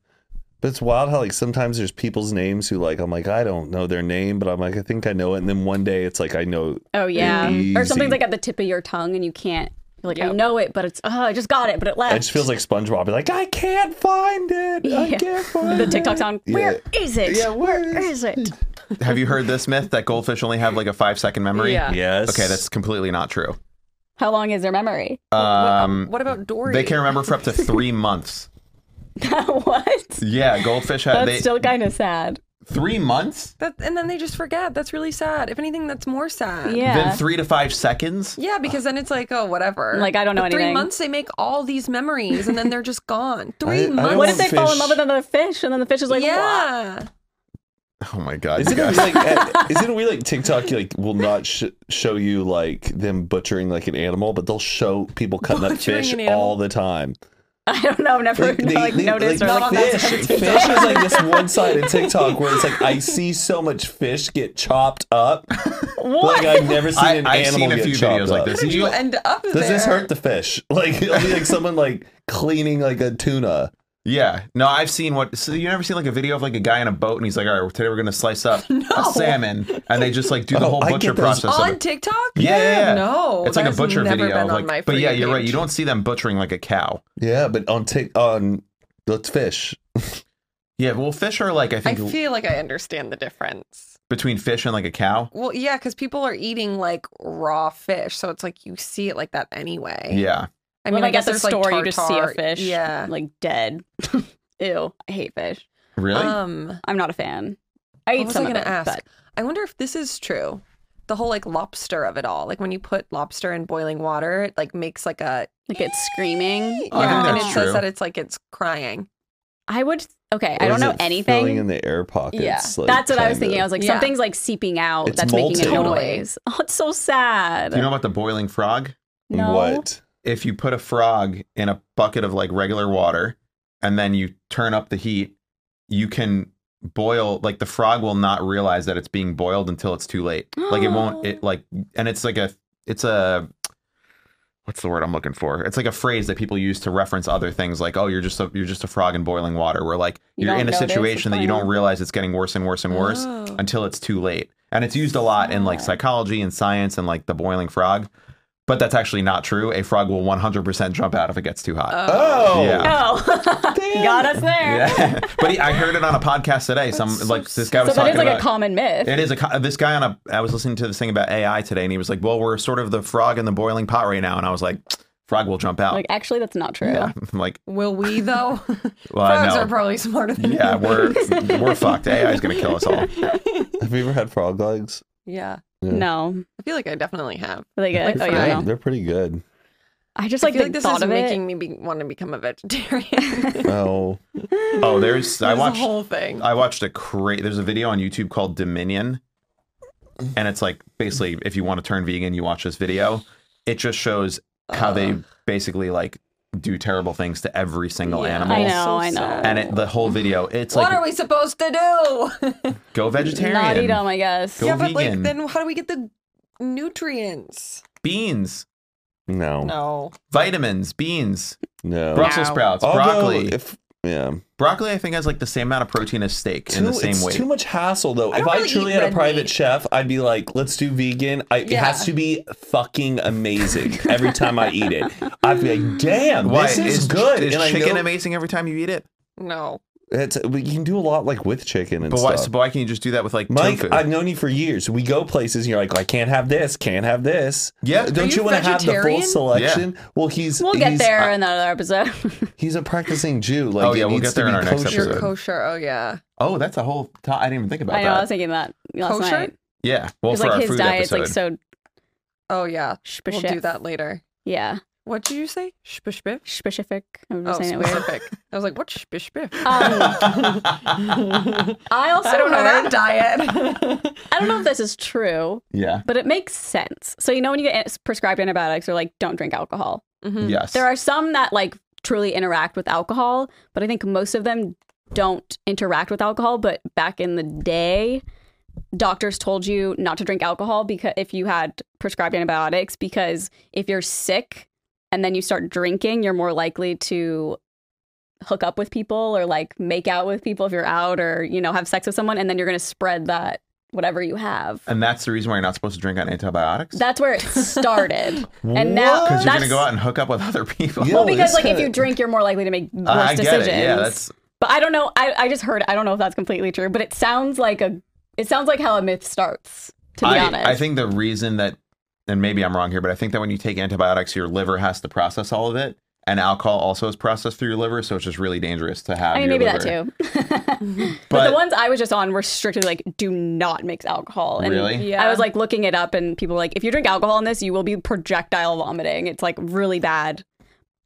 B: But it's wild how like sometimes there's people's names who like I'm like I don't know their name, but I'm like I think I know it, and then one day it's like I know.
A: Oh yeah, or
B: Easy.
A: something's like at the tip of your tongue and you can't. You're like, I
D: Yep.
A: know it, but it's oh, I just got it, but it left.
B: It just feels like SpongeBob. Like I can't find it. I
A: Yeah.
B: can't find
A: <laughs> the
B: it.
A: TikTok's on.
B: Yeah.
A: Where is it?
B: Yeah, where
A: where is
B: is
A: it?
C: Have you heard this myth that goldfish only have like a five second memory?
D: Yeah.
B: Yes.
C: Okay, that's completely not true.
A: How long is their memory? <laughs>
C: Um,
D: what about Dory?
C: they can remember for up to three months.
A: what?
C: Yeah, goldfish have
A: That's
C: they
A: still kind of sad.
C: three months?
D: That, and then they just forget. That's really sad. If anything, that's more sad.
A: Yeah.
C: Then three to five seconds.
D: Yeah, because then it's like, oh, whatever.
A: Like, I don't know
D: But Three
A: anything.
D: months, they make all these memories, and then they're
C: <laughs>
D: just gone. Three
B: I don't
D: months.
A: what if they fall
B: fish-
A: in love with another fish and then the fish is like, "Wah."
D: yeah.
C: Oh my god, you
B: Isn't it
C: guys.
B: like uh, isn't it weird like TikTok like will not sh- show you like them butchering like an animal, but they'll show people cutting up
D: Butchering
B: fish
D: an animal?
B: all the time.
A: <laughs> I don't know. I've never
B: Like,
A: like,
B: they- they-
A: noticed
B: like,
A: or
D: not
A: like
D: on that
B: fish,
D: side of
A: <laughs>
B: fish is like this one side of TikTok where it's like I see so much fish get chopped up, but like I've never seen
C: I-
B: an
C: I've
B: animal
C: seen a
B: get
C: few
B: chopped
C: videos like
B: up.
C: this.
D: How did you
C: You-
D: end up
B: Does
D: there?
B: this hurt the fish? <laughs> Like it'll be like someone like cleaning like a tuna.
C: Yeah. No, I've seen what. So you never seen like a video of like a guy in a boat and he's like, all right, today we're going to slice up a salmon. And they just like do the
B: Oh,
C: whole
B: I
C: butcher
B: get those
C: process. Of
D: on
C: it.
D: TikTok?
C: Yeah, yeah, yeah.
D: No,
C: It's like a
D: that's
C: butcher
D: never
C: video.
D: Been
C: of,
D: on
C: like,
D: my
C: but
D: For
C: yeah,
D: You
C: you're right.
D: page.
C: You don't see them butchering like a cow.
B: Yeah, but on tick on let's fish.
C: Yeah. Well, fish are like, I
D: I
C: think
D: feel like I understand the difference.
C: between fish and like a cow.
D: Well, yeah, because people are eating like raw fish, so it's like you see it like that anyway.
C: Yeah.
D: I
A: I mean,
D: mean,
A: when I,
D: I
A: get
D: guess
A: the
D: there's,
A: store,
D: like,
A: you just see a
D: tartare-
A: fish,
D: Yeah.
A: like dead. <laughs> Ew, I hate fish.
C: Really?
D: Um,
A: I'm not a fan. I
D: what
A: eat
D: was I
A: some
D: gonna
A: of it,
D: ask?
A: but
D: I wonder if this is true. The whole like lobster of it all, like when you put lobster in boiling water, it like makes like a
A: like it's screaming.
C: I think
D: yeah, and it
C: that's true.
D: says that it's like it's crying.
A: I would. Okay, I
B: Or
A: don't
B: is
A: know
B: it Filling
A: anything.
B: in the air pockets.
A: yeah,
B: like,
A: that's what I was
B: kinda?
A: thinking. I was like,
D: Yeah.
A: something's like seeping out.
B: It's
A: that's making a
B: molting.
A: noise. <laughs> Oh, it's so sad.
C: Do you know about the boiling frog?
A: no.
B: What?
C: If you put a frog in a bucket of like regular water and then you turn up the heat, you can boil like the frog will not realize that it's being boiled until it's too late. Like it
A: <gasps>
C: won't it like and it's like a it's a what's the word I'm looking for? It's like a phrase that people use to reference other things like oh you're just a you're just a frog in boiling water where like
A: You
C: you're
A: don't
C: in a
A: notice what's
C: situation that you
A: going
C: don't
A: on.
C: realize it's getting worse and worse and worse
D: Oh.
C: until it's too late. And it's used a lot in like
A: Sad.
C: psychology and science and like the boiling frog. But that's actually not true. A frog will 100% jump out if it gets too hot.
B: Oh,
C: Yeah.
B: <laughs>
A: Oh, <laughs> got us there.
C: yeah. <laughs> but he, I heard it on a podcast today. Some
D: That's so
C: like this guy
A: So
C: was
A: that
C: talking
A: is like
C: about
A: a common myth.
C: it is a co- this guy on a I was listening to this thing about AI today and he was like, "Well, we're sort of the frog in the boiling pot right now." And I was like, frog will jump out.
A: Like, actually, that's not true.
C: Oh.
A: <laughs>
C: yeah, <laughs> I'm like
D: Will we though?
C: <laughs> well, I
D: Frogs
C: know.
D: are probably smarter than
C: yeah, we're we're fucked. AI is gonna kill us all.
B: Have you ever had frog legs?
D: Yeah.
B: Yeah.
A: No,
D: I feel like I definitely have.
A: like,
D: Like,
A: oh, you
D: fine.
A: don't know.
B: They're pretty good.
A: I just
D: I
A: like
D: feel
A: the
D: like this
A: thought
D: is
A: of
D: making me be- want to become a <laughs> vegetarian.
B: Oh,
C: Oh, there's I
D: This
C: watched
D: whole thing.
C: I watched a cra There's a video on YouTube called Dominion, and it's like basically if you want to turn vegan, you watch this video. It just shows how
D: Uh.
C: they basically like do terrible things to every single
D: Yeah.
C: animal.
A: I know, I know.
D: sad.
C: And it, the whole video, it's
D: what
C: like
D: are we supposed to do?
C: go
A: it.
C: vegetarian,
A: Not eat them, I guess.
C: Go
D: yeah, but
C: vegan.
D: like, then how do we get the nutrients?
C: beans, Oh.
B: no, no.
D: No.
C: vitamins, beans, Brussels
D: Wow.
C: sprouts,
B: Although,
C: broccoli.
B: If, yeah.
C: broccoli, I think has like the same amount of protein as steak in the same
B: it's
C: weight.
B: too much hassle though.
D: I
B: if
D: don't
B: I
D: really
B: truly
D: eat
B: had a
D: red
B: private
D: meat.
B: chef, I'd be like, let's do vegan. I, It
D: Yeah.
B: has to be fucking amazing every time I eat it. I'd be like, damn,
C: Why
B: this is, good.
C: Is
B: and I
C: chicken
B: know
C: amazing every time you eat it?
D: No.
B: it's, we can do a lot like with chicken and
C: But why?
B: stuff.
C: So why can you just do that with like
B: Mike,
C: tofu?
B: I've known you for years. We go places and you're like, I can't have this, can't have this.
C: Yeah.
B: Don't
D: you
B: you, want to have the full
D: vegetarian?
B: selection? Well, he's
A: We'll get
B: he's-
A: there
C: uh,
A: in another
C: <laughs>
A: episode.
B: He's a practicing Jew. Like,
C: Oh, yeah,
B: it
C: we'll
B: needs
C: get there
B: to
C: in
B: be
C: our next
B: kosher.
D: You're
C: episode.
D: kosher. Oh, yeah.
C: Oh, that's a whole. To- I didn't even think about
A: I know.
C: that.
A: I was thinking that last
D: Kosher?
A: night.
C: yeah. Well,
A: Because
C: for
A: like
C: our
A: his
C: food
A: diet's
C: episode.
A: like so.
D: Oh, yeah. We'll
A: Specific.
D: do that later.
A: Yeah,
D: What did you say? Spishbiff?
A: specific. I'm
D: Oh,
A: just saying it weird.
D: specific. I was like, what's
A: <laughs>
D: spishbiff?
A: Um, I also
D: <laughs> I don't know
A: heard- <laughs>
D: that diet.
A: I don't know if this is true,
C: <laughs>
A: <laughs>
C: yeah.
A: but it makes sense. So you know when you get prescribed antibiotics, they're like, don't drink alcohol.
D: Mhm.
C: Yes.
A: Hmm. There are some that like truly interact with alcohol, but I think most of them don't interact with alcohol. But back in the day, doctors told you not to drink alcohol because if you had prescribed antibiotics, because if you're sick and then you start drinking, you're more likely to hook up with people or like make out with people if you're out or you know have sex with someone and then you're going to spread that whatever you have.
C: and that's the reason why you're not supposed to drink on antibiotics.
A: That's where it
C: <laughs>
A: started. and now
C: because
A: oh,
C: you're
A: that's
C: gonna go out and hook up with <laughs> other people.
B: Yeah.
A: well,
B: Oh,
A: because
B: this
A: like if
B: could-
A: you drink, you're more likely to make worse
C: I get
A: decisions.
C: it. Yeah, that's
A: But I don't know. I, I just heard. I don't know if that's completely true, but it sounds like a. It sounds like how a myth starts. To be
C: I,
A: honest,
C: I think the reason that, and maybe I'm wrong here, but I think that when you take antibiotics, your liver has to process all of it, and alcohol also is processed through your liver, so it's just really dangerous to have.
A: I mean
C: your
A: maybe
C: liver.
A: that too. <laughs> but,
C: But-
A: the ones I was just on were strictly like, do not mix alcohol. And
C: Really?
A: I was like looking it up, and people were like, if you drink alcohol in this, you will be projectile vomiting. It's like really bad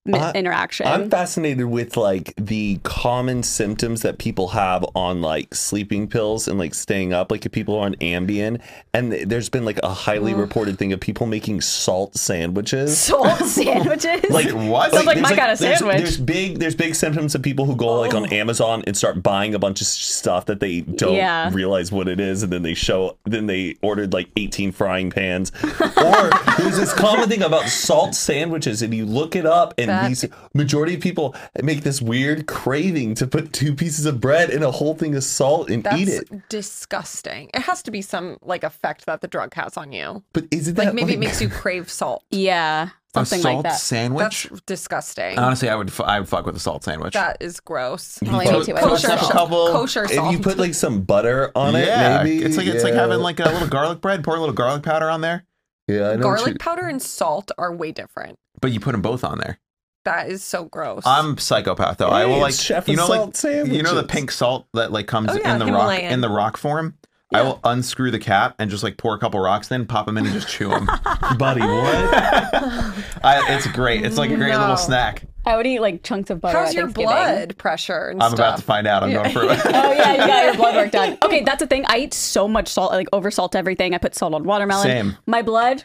A: mi-
C: Uh,
B: I-
A: interaction.
B: I'm fascinated with like the common symptoms that people have on like sleeping pills and like staying up. Like if people are on Ambien, and th- there's been like a highly reported thing of people making salt sandwiches.
A: <laughs> Salt sandwiches.
B: Like
C: what?
A: Sounds like
B: there's,
A: my kind of
B: there's-
A: sandwich.
B: There's big, there's big symptoms of people who go like on
D: Oh.
B: Amazon and start buying a bunch of stuff that they don't
A: Yeah.
B: realize what it is, and then they show, then they ordered like 18 frying
D: <laughs>
B: pans. or there's this common thing about salt sandwiches, and you look it up, and
D: That-
B: these majority of people make this weird craving to put two pieces of bread in a whole thing of salt and
D: That's
B: eat it.
D: disgusting. It has to be some like effect that the drug has on you.
B: But isn't
D: Like
B: that
D: maybe it makes you crave
C: <laughs>
D: salt.
A: yeah,
C: A
A: something
C: salt
A: like that.
C: sandwich.
D: That's disgusting.
C: Honestly, I would f- I would fuck with a salt sandwich.
D: that is gross.
A: Oh, I
C: Co-
A: need to. I need
C: kosher
A: to.
D: Kosher,
C: a
D: salt.
C: couple-
D: kosher
B: If
D: salt.
B: you put like some butter on
C: yeah,
B: it, maybe
C: it's like it's like
B: yeah.
C: having like a little garlic bread. Pour a little garlic powder on there,
B: yeah, I know what
D: Garlic
B: you-
D: powder and salt are way different.
C: but you put them both on there.
D: That is so gross.
C: I'm psychopath though. I
B: Hey,
C: will like
B: it's chef
C: you
B: and
C: know
B: salt
C: like you know the
B: sandwiches.
C: pink salt that like comes
D: Oh, yeah,
C: in the rock
D: Himalayan.
C: in the rock form. I will unscrew the cap and just like pour a couple rocks in, pop them in, and just chew
D: <laughs>
C: them.
B: buddy, what?
C: I, it's great. It's like a great
D: No.
C: little snack.
A: I would eat like chunks of butter.
D: How's
A: at
D: your
A: Thanksgiving.
D: blood pressure and
C: I'm
D: stuff?
C: about to find out. I'm going for
D: <laughs>
C: it.
A: Oh yeah, you got your blood work done. Okay, that's the thing. I eat so much salt, I, like oversalt everything. I put salt on watermelon.
C: Same.
A: My blood,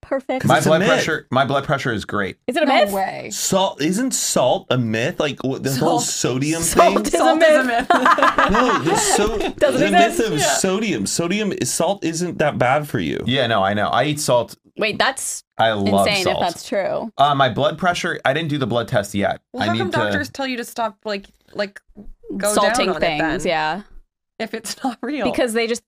A: perfect.
C: my
B: it's a
C: blood
B: myth.
C: pressure. My blood pressure is great.
A: is it a
D: no
A: myth?
D: way.
B: Salt isn't salt a myth? Like what, the whole
D: Salt-
B: sodium
A: salt
B: thing?
A: is a
D: <laughs> Salt
A: myth.
D: is a myth.
B: No, the,
D: <laughs>
B: so-
A: Doesn't
B: the myth
A: exist.
B: of sodium. Sodium is salt isn't that bad for you.
C: Yeah, no, I know. I eat salt.
A: Wait, that's
C: I love
A: insane
C: salt.
A: if that's true.
C: uh, my blood pressure. I didn't do the blood test yet.
D: Well,
C: I
D: how
C: need
D: come
C: to.
D: doctors tell you to stop like like go
A: Salting
D: down on it then,
A: things, yeah,
D: If it's not real,
A: because they just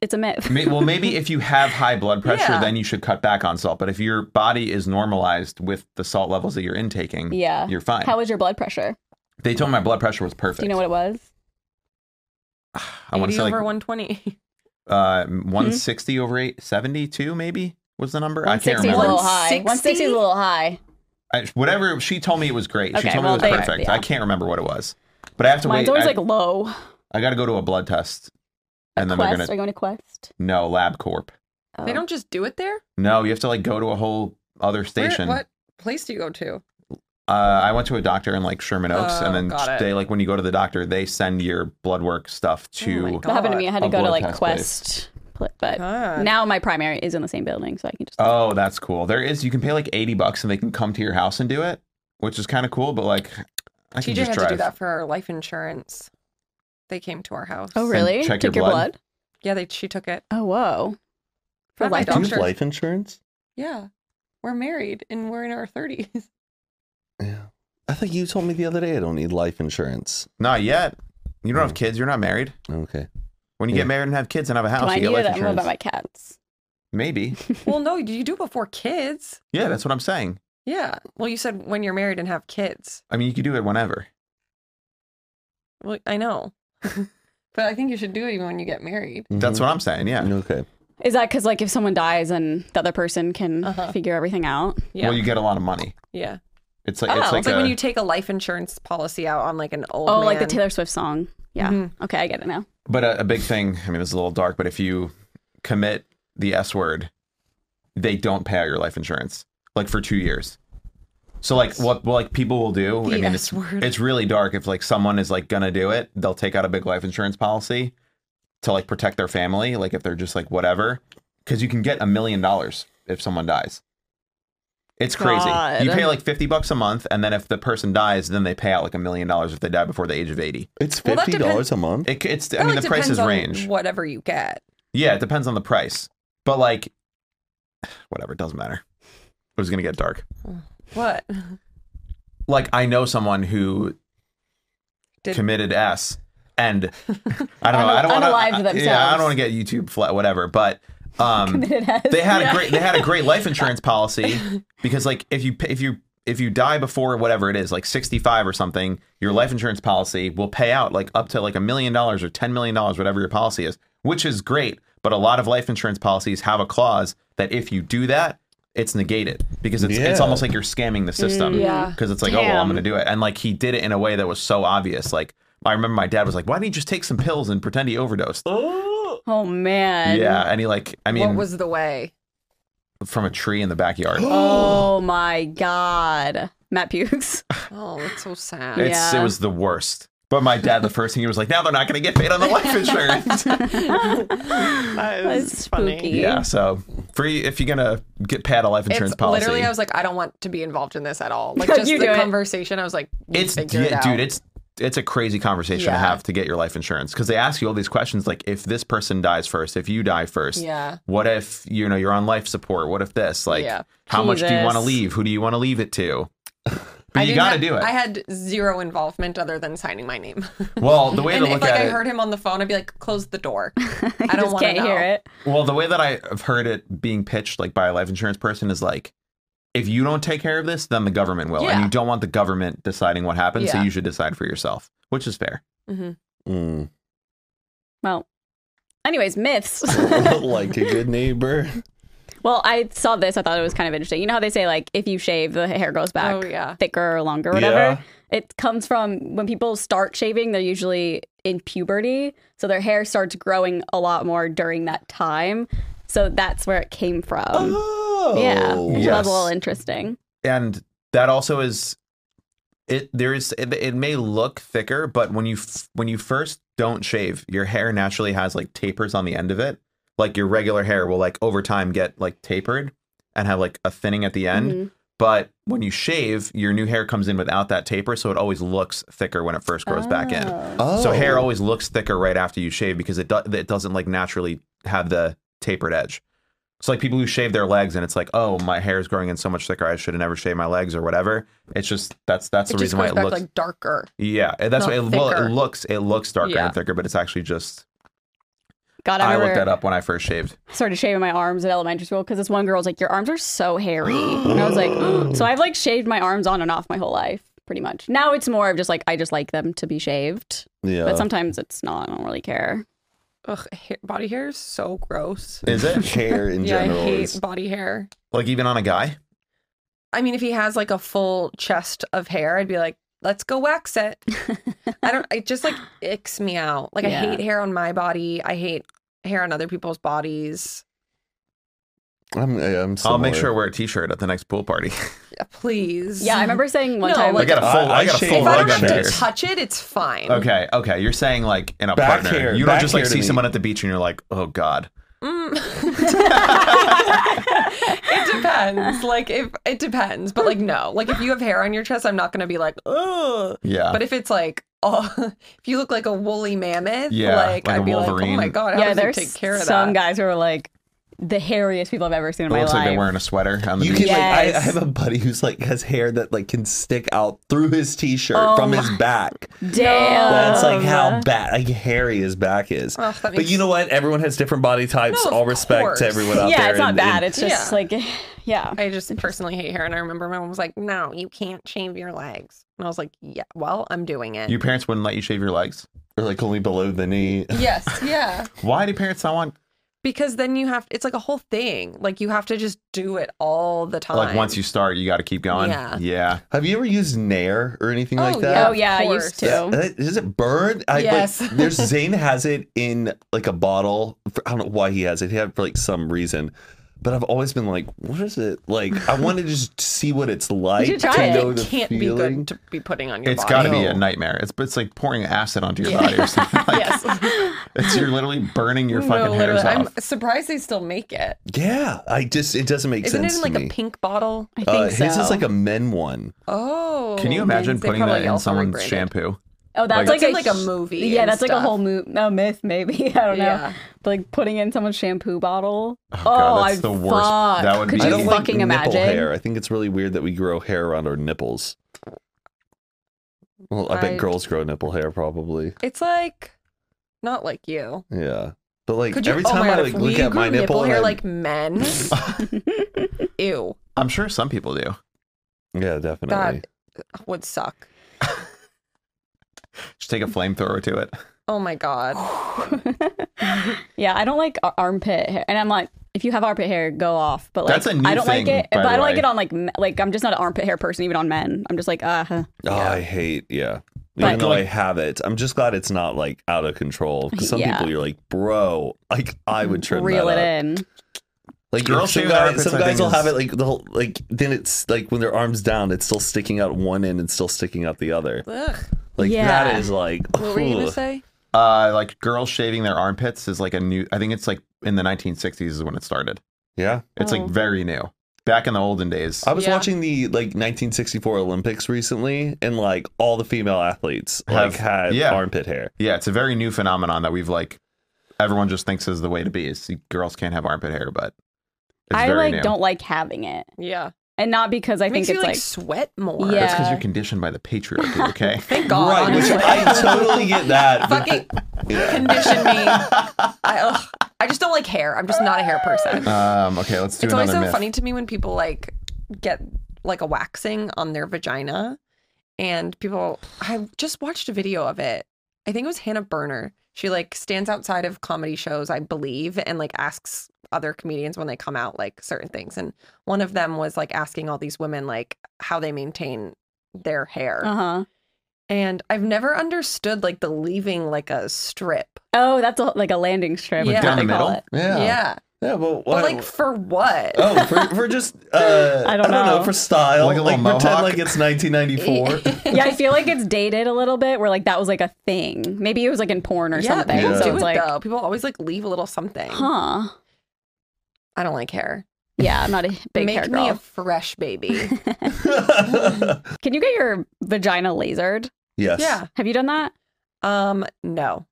A: it's a myth.
C: May- well, maybe if you have
A: <laughs>
C: high blood pressure,
D: Yeah.
C: then you should cut back on salt. But if your body is normalized with the salt levels that you're intaking,
A: Yeah.
C: you're fine.
A: How was your blood pressure?
C: they told me my blood pressure was perfect.
A: Do you know what it was?
C: I want to
D: 80
C: say like
D: over 120.
C: uh,
A: Hmm?
C: 160 over 8, 72 maybe was the number. I can't
A: 160 is a
C: remember.
A: little high. 160
D: 160?
A: is a little high.
C: I, whatever she told me, it was great.
A: Okay,
C: she told
A: well,
C: me it
A: they-
C: was perfect.
A: yeah.
C: I can't remember what it was, but I have to
A: Mine's
C: wait.
A: always
C: I,
A: like low.
C: I got to go to a blood test, and then
A: Quest.
C: they're
A: Are you
C: gonna
A: going to Quest?
C: no lab corp.
A: Oh.
D: <laughs> They don't just do it there.
C: No, you have to like go to a whole other
D: Where-
C: station.
D: what place do you go to?
C: Uh, I went to a doctor in like Sherman Oaks,
D: Oh,
C: and then
D: got it. Oh
C: they like when you go to the doctor, they send your blood work stuff
D: my
C: to.
D: God.
A: That happened to me. I had to
C: A
A: go to
C: blood
A: like
C: test
A: Quest, pl- but
D: God.
A: now my primary is in the same building, so I can just.
C: oh, that's cool. There is you can pay like eighty bucks, and they can come to your house and do it, which is kind of cool. But like, I can
D: TJ
C: just
D: had
C: drive.
D: to do that for our life insurance. They came to our house.
A: oh really?
C: check
A: Took
C: your
A: your
C: blood?
A: blood?
D: Yeah, they she took it.
A: Oh whoa. For
D: Not my
A: life.
B: Do
A: insurance.
B: you have
D: Doctors.
B: life insurance?
D: Yeah. We're married and we're in
A: <laughs>
D: our thirties.
B: Yeah. I think you told me the other day I don't need life insurance.
C: Not yet. You don't have kids. You're not married.
B: Okay.
C: When you
B: Yeah.
C: get married and have kids and have a house,
A: Do I
C: Oh, you
A: need
C: get
A: it?
C: life
A: I don't know
C: insurance.
A: about my cats.
C: Maybe.
D: well, no, you do before kids.
C: Yeah, that's what I'm saying.
D: Yeah. Well, you said when you're married and have kids.
C: I mean, you could do it whenever.
D: Well, I know. <laughs> but I think you should do it even when you get married.
C: That's what I'm saying. Yeah.
B: Mm-hmm. Okay.
A: Is that because like if someone dies and the other person can
D: Uh-huh.
A: figure everything out?
D: Yeah.
C: Well, you get a lot of money.
D: yeah.
C: It's like
A: Oh,
C: it's like,
D: It's like when
C: a-
D: you take a life insurance policy out on like an old
A: Oh, like the
D: man.
A: Taylor Mm-hmm. Swift song. Yeah.
D: Mhm.
A: Okay, I get
D: <laughs>
A: it now.
C: But a, a big thing, I mean, it's a little dark, but if you commit the S word, they don't pay out your life insurance like for two years. So like what well, like people will do, I
D: The
C: mean,
D: S
C: it's
D: word.
C: it's really dark if like someone is like gonna do it, they'll take out a big life insurance policy to like protect their family, like if they're just like whatever, because you can get a million dollars if someone dies. It's crazy.
A: God.
C: You pay like fifty bucks a month, and then if the person dies, then they pay out like a million dollars if they die before the age of eighty.
B: It's
D: Well, that
B: fifty dollars
D: depends-
B: a month.
C: It, it's I
D: That,
C: mean
D: like,
C: the prices
D: depends on
C: range.
D: Whatever you get.
C: Yeah, it depends on the price. But like <sighs> whatever, it doesn't matter. It was gonna get dark.
D: <laughs> What?
C: Like I know someone who
D: Did-
C: committed S and I don't know, I don't wanna
A: Unalived
C: I- Yeah, I don't wanna get YouTube flat whatever, but um
A: It has-
C: they had a great they had a great life insurance policy because like if you pay- if you if you die before whatever it is like 65 or something your life insurance policy will pay out like up to like a million dollars or 10 million dollars whatever your policy is which is great but a lot of life insurance policies have a clause that if you do that it's negated because it's it's
B: Yeah.
C: almost like you're scamming the system
A: yeah.
C: because it's like oh well i'm
A: Damn.
C: gonna do it and like he did it in a way that was so obvious like i remember my dad was like why didn't you just take some pills and pretend he overdosed
A: Oh man.
C: yeah and he like i mean
D: what was the way?
C: from a tree in the backyard <laughs>
A: Oh my god. Matt
C: <laughs>
A: Pukes.
C: <sighs>
D: Oh, that's so sad.
A: Yeah.
C: It's it was the worst. But my dad, the first thing he was like, now they're not going to get paid on the
D: <laughs>
C: life insurance.
A: That's spooky.
C: yeah. So free if you're going to get paid a life
D: It's
C: insurance policy.
D: literally, I was like, I don't want to be involved in this
A: <laughs>
D: at all. Like,
A: No,
D: just
A: you
D: the
A: do it.
D: conversation, I was like, you
C: it's
D: figure it
C: yeah,
D: out.
C: dude. It's it's a crazy conversation to
D: Yeah.
C: have to get your life insurance because they ask you all these questions like if this person dies first, if you die first,
D: yeah.
C: what if you know you're on life support? What if this? Like
D: Yeah.
C: how much do you want to
A: Jesus.
C: leave? Who do you want to leave it
D: <laughs>
C: to?
D: I
C: But you
D: didn't
C: got to
D: ha-
C: do it.
D: I had zero involvement other than signing my name. <laughs>
C: well, the way
D: and
C: to
D: if
C: look
D: like
C: at
D: I
C: it,
D: heard him on the phone, I'd be like, close
A: <laughs>
D: the door.
A: I
D: don't
A: just
D: wanna
A: can't
D: know.
A: hear it.
C: Well, the way that I've heard it being pitched, like by a life insurance person, is like, if you don't take care of this, then the government will, and
D: Yeah.
C: you don't want the government deciding what happens, so
D: Yeah.
C: you should decide for yourself, which is fair.
A: Mm-hmm.
B: <laughs> Mm.
A: Well, anyways, myths. <laughs>
B: like a good
D: <laughs>
B: neighbor.
A: well, I saw this. I thought it was kind of interesting. You know how they say like if you shave, the hair grows back
D: Oh
A: <laughs>
D: yeah.
A: thicker or longer, or whatever. It comes from when people start shaving, they're usually in puberty, so their hair starts growing a lot more during that time. So that's where it came from.
B: Oh.
A: yeah, which
C: Yes.
A: was a little interesting.
C: And that also is, it there is it, it may look thicker, but when you f- when you first don't shave, your hair naturally has like tapers on the end of it. Like your regular hair will like over time get like tapered and have like a thinning at the end.
A: Mhm.
C: But when you shave, your new hair comes in without that taper, so it always looks thicker when it first grows back in.
A: Oh.
B: Oh.
C: So hair always looks thicker right after you shave because it do- it doesn't like naturally have the tapered edge. It's like people who shave their legs and it's like, oh, my hair is growing in so much thicker. I should have never shaved my legs or whatever. It's just that's that's
D: It
C: the
D: just
C: reason why
D: goes
C: it
D: back
C: looks
D: like darker.
C: yeah. and That's
D: not
C: why it, well,
D: thicker.
C: it looks it looks darker
D: Yeah.
C: and thicker, but it's actually just
A: God, I,
C: I looked
A: remember
C: that up when I first shaved.
A: I started shaving my arms at elementary school because this one girl's like, "Your arms are so hairy," and I was like, <gasps> "So I've like shaved my arms on and off my whole life, pretty much." Now it's more of just like I just like them to be shaved,
B: Yeah.
A: but sometimes it's not. I don't really care. <laughs>
D: Ugh, hair, body hair is so gross.
C: Is it
D: <laughs>
B: hair in
D: yeah, I
B: general
D: hate
B: is
D: body hair.
C: like even on a guy?
D: I mean, if he has like a full chest of hair, I'd be like, let's go wax it. I don't, it just like <laughs> icks me out. Like,
A: Yeah.
D: I hate hair on my body. I hate hair on other people's bodies.
B: I'm, I'm
C: I'll
B: similar.
C: make sure I wear a t-shirt at the next pool party.
D: Yeah, Please.
A: Yeah, I remember saying one
D: No,
A: time.
C: I
D: like-
C: got a full. I,
B: I- I
C: got a
B: shave
C: full
D: If I don't
C: rug
B: Like
D: have
C: under.
D: to
C: here.
D: touch it, it's fine.
C: Okay, okay. You're saying like in a
B: Back
C: partner.
B: hair,
C: you don't
B: back
C: just like
B: hair to
C: see
B: me.
C: someone at the beach and you're like, oh god.
D: Mm. <laughs> It depends. Like if it depends, but like no. Like if you have hair on your chest, I'm not gonna be like, ugh.
C: Yeah.
D: But if it's like, oh, if you look like a <laughs> woolly mammoth,
C: Yeah,
D: like,
C: like a
D: I'd be like, oh
C: Wolverine.
D: my god, how
A: yeah,
D: does it
A: there's
D: take care of
A: some
D: that?
A: guys who are like the hairiest people I've ever seen in
C: it
A: my
C: looks like
A: life.
C: they're wearing a sweater on the
B: You can
C: beach.
B: like I, I
A: Yes.
B: have a buddy who's like has hair that like can stick out through his t-shirt
A: Oh
B: from his back.
A: Damn.
B: That's like how bad like hairy his back is.
D: Ugh, that
B: but
D: makes-
B: you know what? Everyone has different body types.
D: Oh, No, of
B: All respect
D: course.
B: to everyone out
A: yeah,
B: there.
A: it's not
B: and-
A: bad.
B: and-
A: It's just
D: Yeah.
A: like, <laughs> yeah.
D: I just personally hate hair, and I remember my mom was like, "No, you can't shave your legs," and I was like, "Yeah, well, I'm doing it."
C: Your parents wouldn't let you shave your legs.
B: or like only below the knee. <laughs>
D: yes, yeah,
C: Why do parents not want
D: because then you have it's like a whole thing. Like you have to just do it all the time.
C: Oh, like once you start, you got to keep going.
D: Yeah.
C: Yeah.
B: Have you ever used Nair or anything
D: Oh,
B: like that?
D: Yeah,
A: oh
D: of
A: yeah, I
D: course.
A: used
B: Yeah,
A: to.
B: uh, Does it burn? I,
D: Yes.
B: Like, there's Zane has it in like a bottle. For, I don't know why he has it. He had it for like some reason. But I've always been like, what is it? Like, I want to just see what it's like
A: should try
B: to
A: it.
B: know
D: it
B: the
D: can't be
B: feeling.
D: good to be putting on your
C: It's
D: body.
C: got to be a
B: No.
C: nightmare. It's it's like pouring acid onto your
D: Yeah.
C: body or
D: <laughs>
C: something. Like,
D: yes.
C: It's you're literally burning your
D: No,
C: fucking hairs
D: literally.
C: off.
D: I'm surprised they still make it.
B: Yeah, I just it doesn't make
D: Isn't it
B: sense
D: in
B: to
D: like
B: me.
D: a pink bottle?
A: I think
B: uh,
A: so.
B: his is like a men one.
D: Oh.
C: Can you imagine putting that in someone's shampoo?
A: oh, that's
D: Like,
A: like,
D: that's in,
A: a,
D: like, a movie
A: Yeah,
D: and
A: that's like
D: stuff.
A: a whole mo- a myth, maybe. <laughs> I don't know.
D: Yeah.
A: But, like putting in someone's shampoo bottle. Oh,
C: God, that's
A: I'd
C: the worst.
A: Fuck.
C: That would
A: Could
C: be-
B: I
A: you
B: don't like
A: fucking
B: nipple
A: imagine?
B: hair. I think it's really weird that we grow hair around our nipples. Well, I bet
D: I-
B: girls grow nipple hair probably.
D: It's like not like you.
B: Yeah, but like
D: Could you
B: every
D: oh
B: time
D: my
B: I
D: God,
B: like
D: if
B: look
D: we
B: at my
D: grew
B: nipple,
D: nipple,
B: and I'm-
D: hair like
B: <laughs>
D: men? Ew.
C: I'm sure some people do.
B: yeah, definitely.
D: God would suck.
C: Just take a flamethrower to it.
D: Oh my god.
A: <laughs> yeah, I don't like ar- armpit hair, and I'm like, if you have armpit hair, go off. But like,
C: That's a new
A: I don't like
C: thing,
A: it.
C: by
A: But
C: the
A: I don't like
C: way.
A: it on like me- like I'm just not an armpit hair person, even on men. I'm just like, uh, huh.
B: Oh, I hate, yeah.
A: But-
B: Even though I have it, I'm just glad it's not like out of control. 'Cause
D: <laughs>
B: some
A: Yeah.
B: people you're like, bro, like I would trim
A: reel
B: that
A: it
B: up.
A: in.
B: Like
C: Girls
B: some
C: shave their
B: guys,
C: armpits,
B: some
C: I
B: guys
C: think,
B: will have
C: is-
B: it like the whole like then it's like when their arms down, it's still sticking out one end and still sticking out the other.
D: Ugh.
B: Like
A: Yeah.
B: that is like
D: What were you gonna
B: ugh.
D: say?
C: Uh, like girls shaving their armpits is like a new. I think it's like in the 1960s is when it started.
B: Yeah.
C: It's
D: Oh.
C: like very new. Back in the olden days.
B: I was
D: Yeah.
B: watching the like 1964 Olympics recently and like all the female athletes
C: Have-
B: like had
C: yeah.
B: armpit hair.
C: Yeah, it's a very new phenomenon that we've like. Everyone just thinks is the way to be. Is see, girls can't have armpit hair, but it's
A: I
C: very
A: like
C: new.
A: don't like having it,
D: Yeah.
A: and not because I
D: It
A: think
D: makes
A: it's
D: you like,
A: like,
D: sweat more.
A: Yeah.
C: That's because you're conditioned by the
D: <laughs>
C: patriarchy. Okay.
D: Thank God.
B: right, which
D: Oh, honestly. <laughs>
B: I totally get
C: <laughs>
B: that. but-
D: fucking
B: <laughs> yeah.
D: condition me. I, ugh, I just don't like hair. I'm just not a hair
B: Uh,
C: <laughs>
D: person.
C: um. Okay. Let's do
D: it's always
C: another
D: so
C: myth.
D: funny to me when people like get like a waxing on their vagina, and people. I just watched a video of it. I think it was Hannah Berner. She like stands outside of comedy shows, I believe, and like asks other comedians when they come out like certain things. And one of them was like asking all these women like how they maintain their hair.
A: uh huh.
D: And I've never understood like the leaving like a strip.
A: Oh, that's a, like a landing strip.
D: Like
A: Yeah,
C: down the
A: they call
C: middle?
A: it.
B: Yeah. Yeah.
D: yeah.
B: Well,
D: But
B: why-
D: like for what?
B: Oh, for, for
D: <laughs>
B: just uh,
A: I don't know.
B: for style,
C: Like
B: like,
C: a little
B: pretend
C: mohawk?
B: like it's
D: <laughs>
B: 1994.
A: Yeah, I feel like it's dated a little bit. Where like that was like a thing. Maybe it was like in porn or
D: yeah,
A: something.
D: people
B: Yeah.
A: So
D: do
A: it's
D: it
A: like,
D: though. People always like leave a little something.
A: huh?
D: I don't like hair.
A: Yeah, I'm not a big
D: Make
A: hair
D: me
A: girl.
D: a
A: <laughs>
D: fresh baby.
A: Can you get your vagina lasered?
B: <laughs> yes.
D: yeah.
A: Have you done that?
D: Um. No.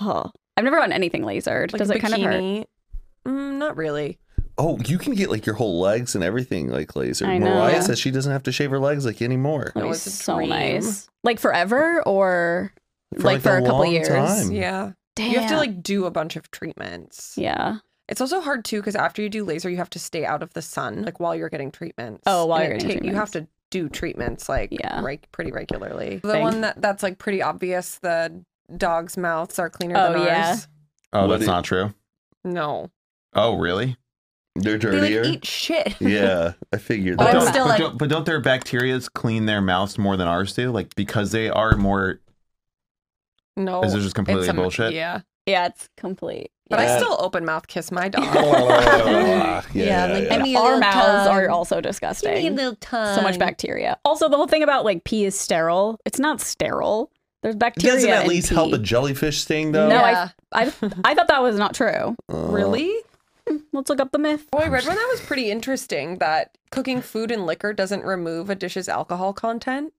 A: Oh, I've never gotten anything lasered.
D: Like
A: Does
D: a
A: it kind of hurt?
D: bikini. Mm, not really.
B: Oh, you can get like your whole legs and everything like laser.
A: I know.
B: Mariah
A: Yeah.
B: says she doesn't have to shave her legs like anymore.
A: That
D: No,
A: was
D: it's a
A: so
D: dream.
A: nice. Like forever or like, for a, couple
B: long
A: years?
B: time.
D: Yeah.
A: Damn.
D: You have to like do a bunch of treatments.
A: Mm. yeah.
D: It's also hard too because after you do laser, you have to stay out of the sun like while you're getting treatments.
A: Oh, while
D: And
A: you're
D: it
A: getting
D: ta- you have to do treatments like
A: Yeah.
D: reg- pretty regularly. The
A: Thing.
D: one that that's like pretty obvious. The dogs' mouths are cleaner
A: Oh,
D: than
A: yeah.
D: ours.
C: Oh,
B: What
C: that's
B: it-
C: not true.
D: No.
C: Oh, really?
B: They're
D: They
B: dirtier.
D: like eat shit.
B: yeah, I figured.
D: But
B: that.
C: <laughs>
D: I'm still
C: but
D: like-
C: don't, but don't their bacterias clean their mouths more than ours do? Like because they are more.
D: <laughs> No,
C: Is this just
D: Oh, it's
C: completely bullshit?
D: Yeah,
A: Yeah, it's complete.
D: but
A: Yeah.
D: I still open mouth kiss
B: <laughs>
D: my
C: Oh,
D: dog.
B: Oh,
D: <laughs>
B: yeah, yeah,
E: like,
B: yeah.
E: I mean,
A: our
E: little
A: mouths
E: tongue.
A: are also disgusting.
E: little tongue.
A: So much bacteria. Also, the whole thing about like pee is sterile. It's not sterile. There's bacteria.
B: Doesn't at
A: in
B: least
A: pee.
B: help a jellyfish sting though?
A: No,
D: Yeah.
B: <laughs>
A: I, I, I thought that was not true.
B: Uh,
D: really?
A: Let's look up the myth.
D: Boy, I read one that was pretty interesting. That cooking food and liquor doesn't remove a dish's alcohol content.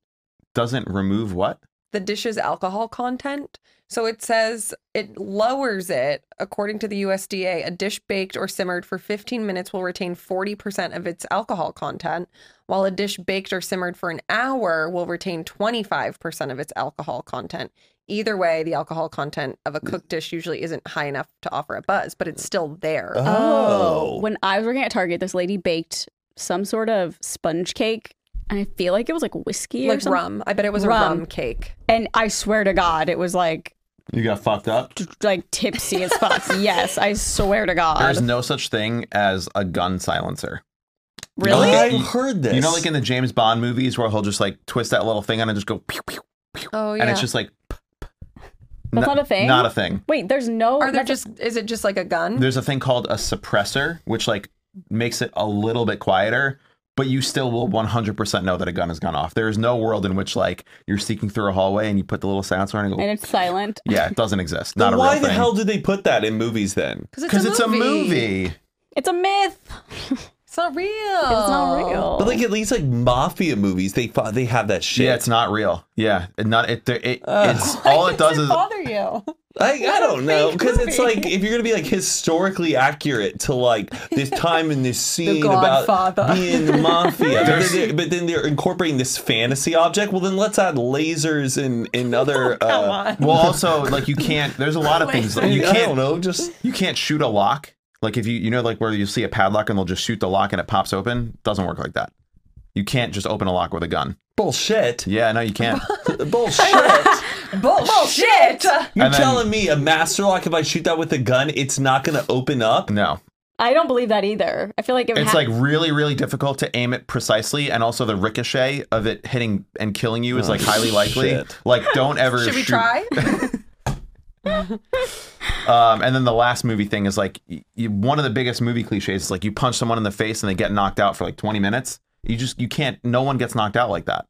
C: Doesn't remove what?
D: the dish's alcohol content. So it says it lowers it. According to the USDA, a dish baked or simmered for 15 minutes will retain 40% of its alcohol content, while a dish baked or simmered for an hour will retain 25% of its alcohol content. Either way, the alcohol content of a cooked dish usually isn't high enough to offer a buzz, but it's still there.
C: Uh-huh.
B: Oh.
A: When I was working at Target, this lady baked some sort of sponge cake. And I feel like it was like whiskey or
D: like
A: something.
D: rum. I bet it was a
A: Rum.
D: rum cake.
A: And I swear to God, it was like
C: You got fucked up.
A: t- like tipsy as
D: <laughs>
A: fuck. yes, I swear to God.
C: There's no such thing as a gun silencer.
A: Oh, really?
C: No.
B: I've heard this.
C: You know, like in the James Bond movies where he'll just like twist that little thing on and just go pew pew,
D: Oh, yeah.
C: and it's just like. p- p-
A: That's
C: n-
A: not a thing? Mm-hmm.
C: Not a thing.
A: Wait, there's no.
D: Are there
A: that's-
D: just, is it just like a gun?
C: There's a thing called a suppressor, which like makes it a little bit quieter, but you still will 100% know that a gun has gone off. There is no world in which like you're sneaking through a hallway and you put the little silencer on and go.
A: And it's silent.
C: yeah, it doesn't exist.
B: Then
C: Not a
B: why
C: real
B: the
C: thing.
B: hell did they put that in movies then?
C: Because it's a movie.
A: It's a myth.
D: It's not real.
A: It's
D: Oh.
A: not real.
B: But like at least like mafia movies, they fi- they have that shit.
C: Yeah, it's not real. Yeah, it not it. it
B: Ugh.
C: it's all it
D: <laughs>
C: does is
D: bother you.
B: I, I don't know
D: <laughs> fake
B: because it's
D: movie.
B: like if you're gonna be like historically accurate to like this time and this scene
D: Godfather.
B: about being the mafia, but, then
C: There's-
B: they're, but then they're incorporating this fantasy object. Well, then let's add lasers and and other.
D: <laughs> Come
B: uh,
D: on.
C: well. Also, like you can't. There's a lot of things like, you
B: I don't
C: can't.
B: know. Just
C: You can't shoot a lock. Like if you you know like where you see a padlock and they'll just shoot the lock and it pops open. Doesn't work like that. You can't just open a lock with a gun.
D: <laughs>
B: bullshit.
C: Yeah, no, you can't. <laughs>
B: bullshit.
D: Bullshit.
B: You're
C: And then-
B: telling me a master lock, if I shoot that with a gun, it's not going to open up?
C: No,
A: I don't believe that either. I feel like it would
C: it's
A: ha-
C: like really really difficult to aim it precisely, and also the ricochet of it hitting and killing you is like highly likely.
B: shit.
C: Like don't ever.
D: Should we
C: shoot-
D: try?
C: Um, and then the last movie thing is like y y one of the biggest movie cliches is like you punch someone in the face and they get knocked out for like 20 minutes. You just you can't. No one gets knocked out like that.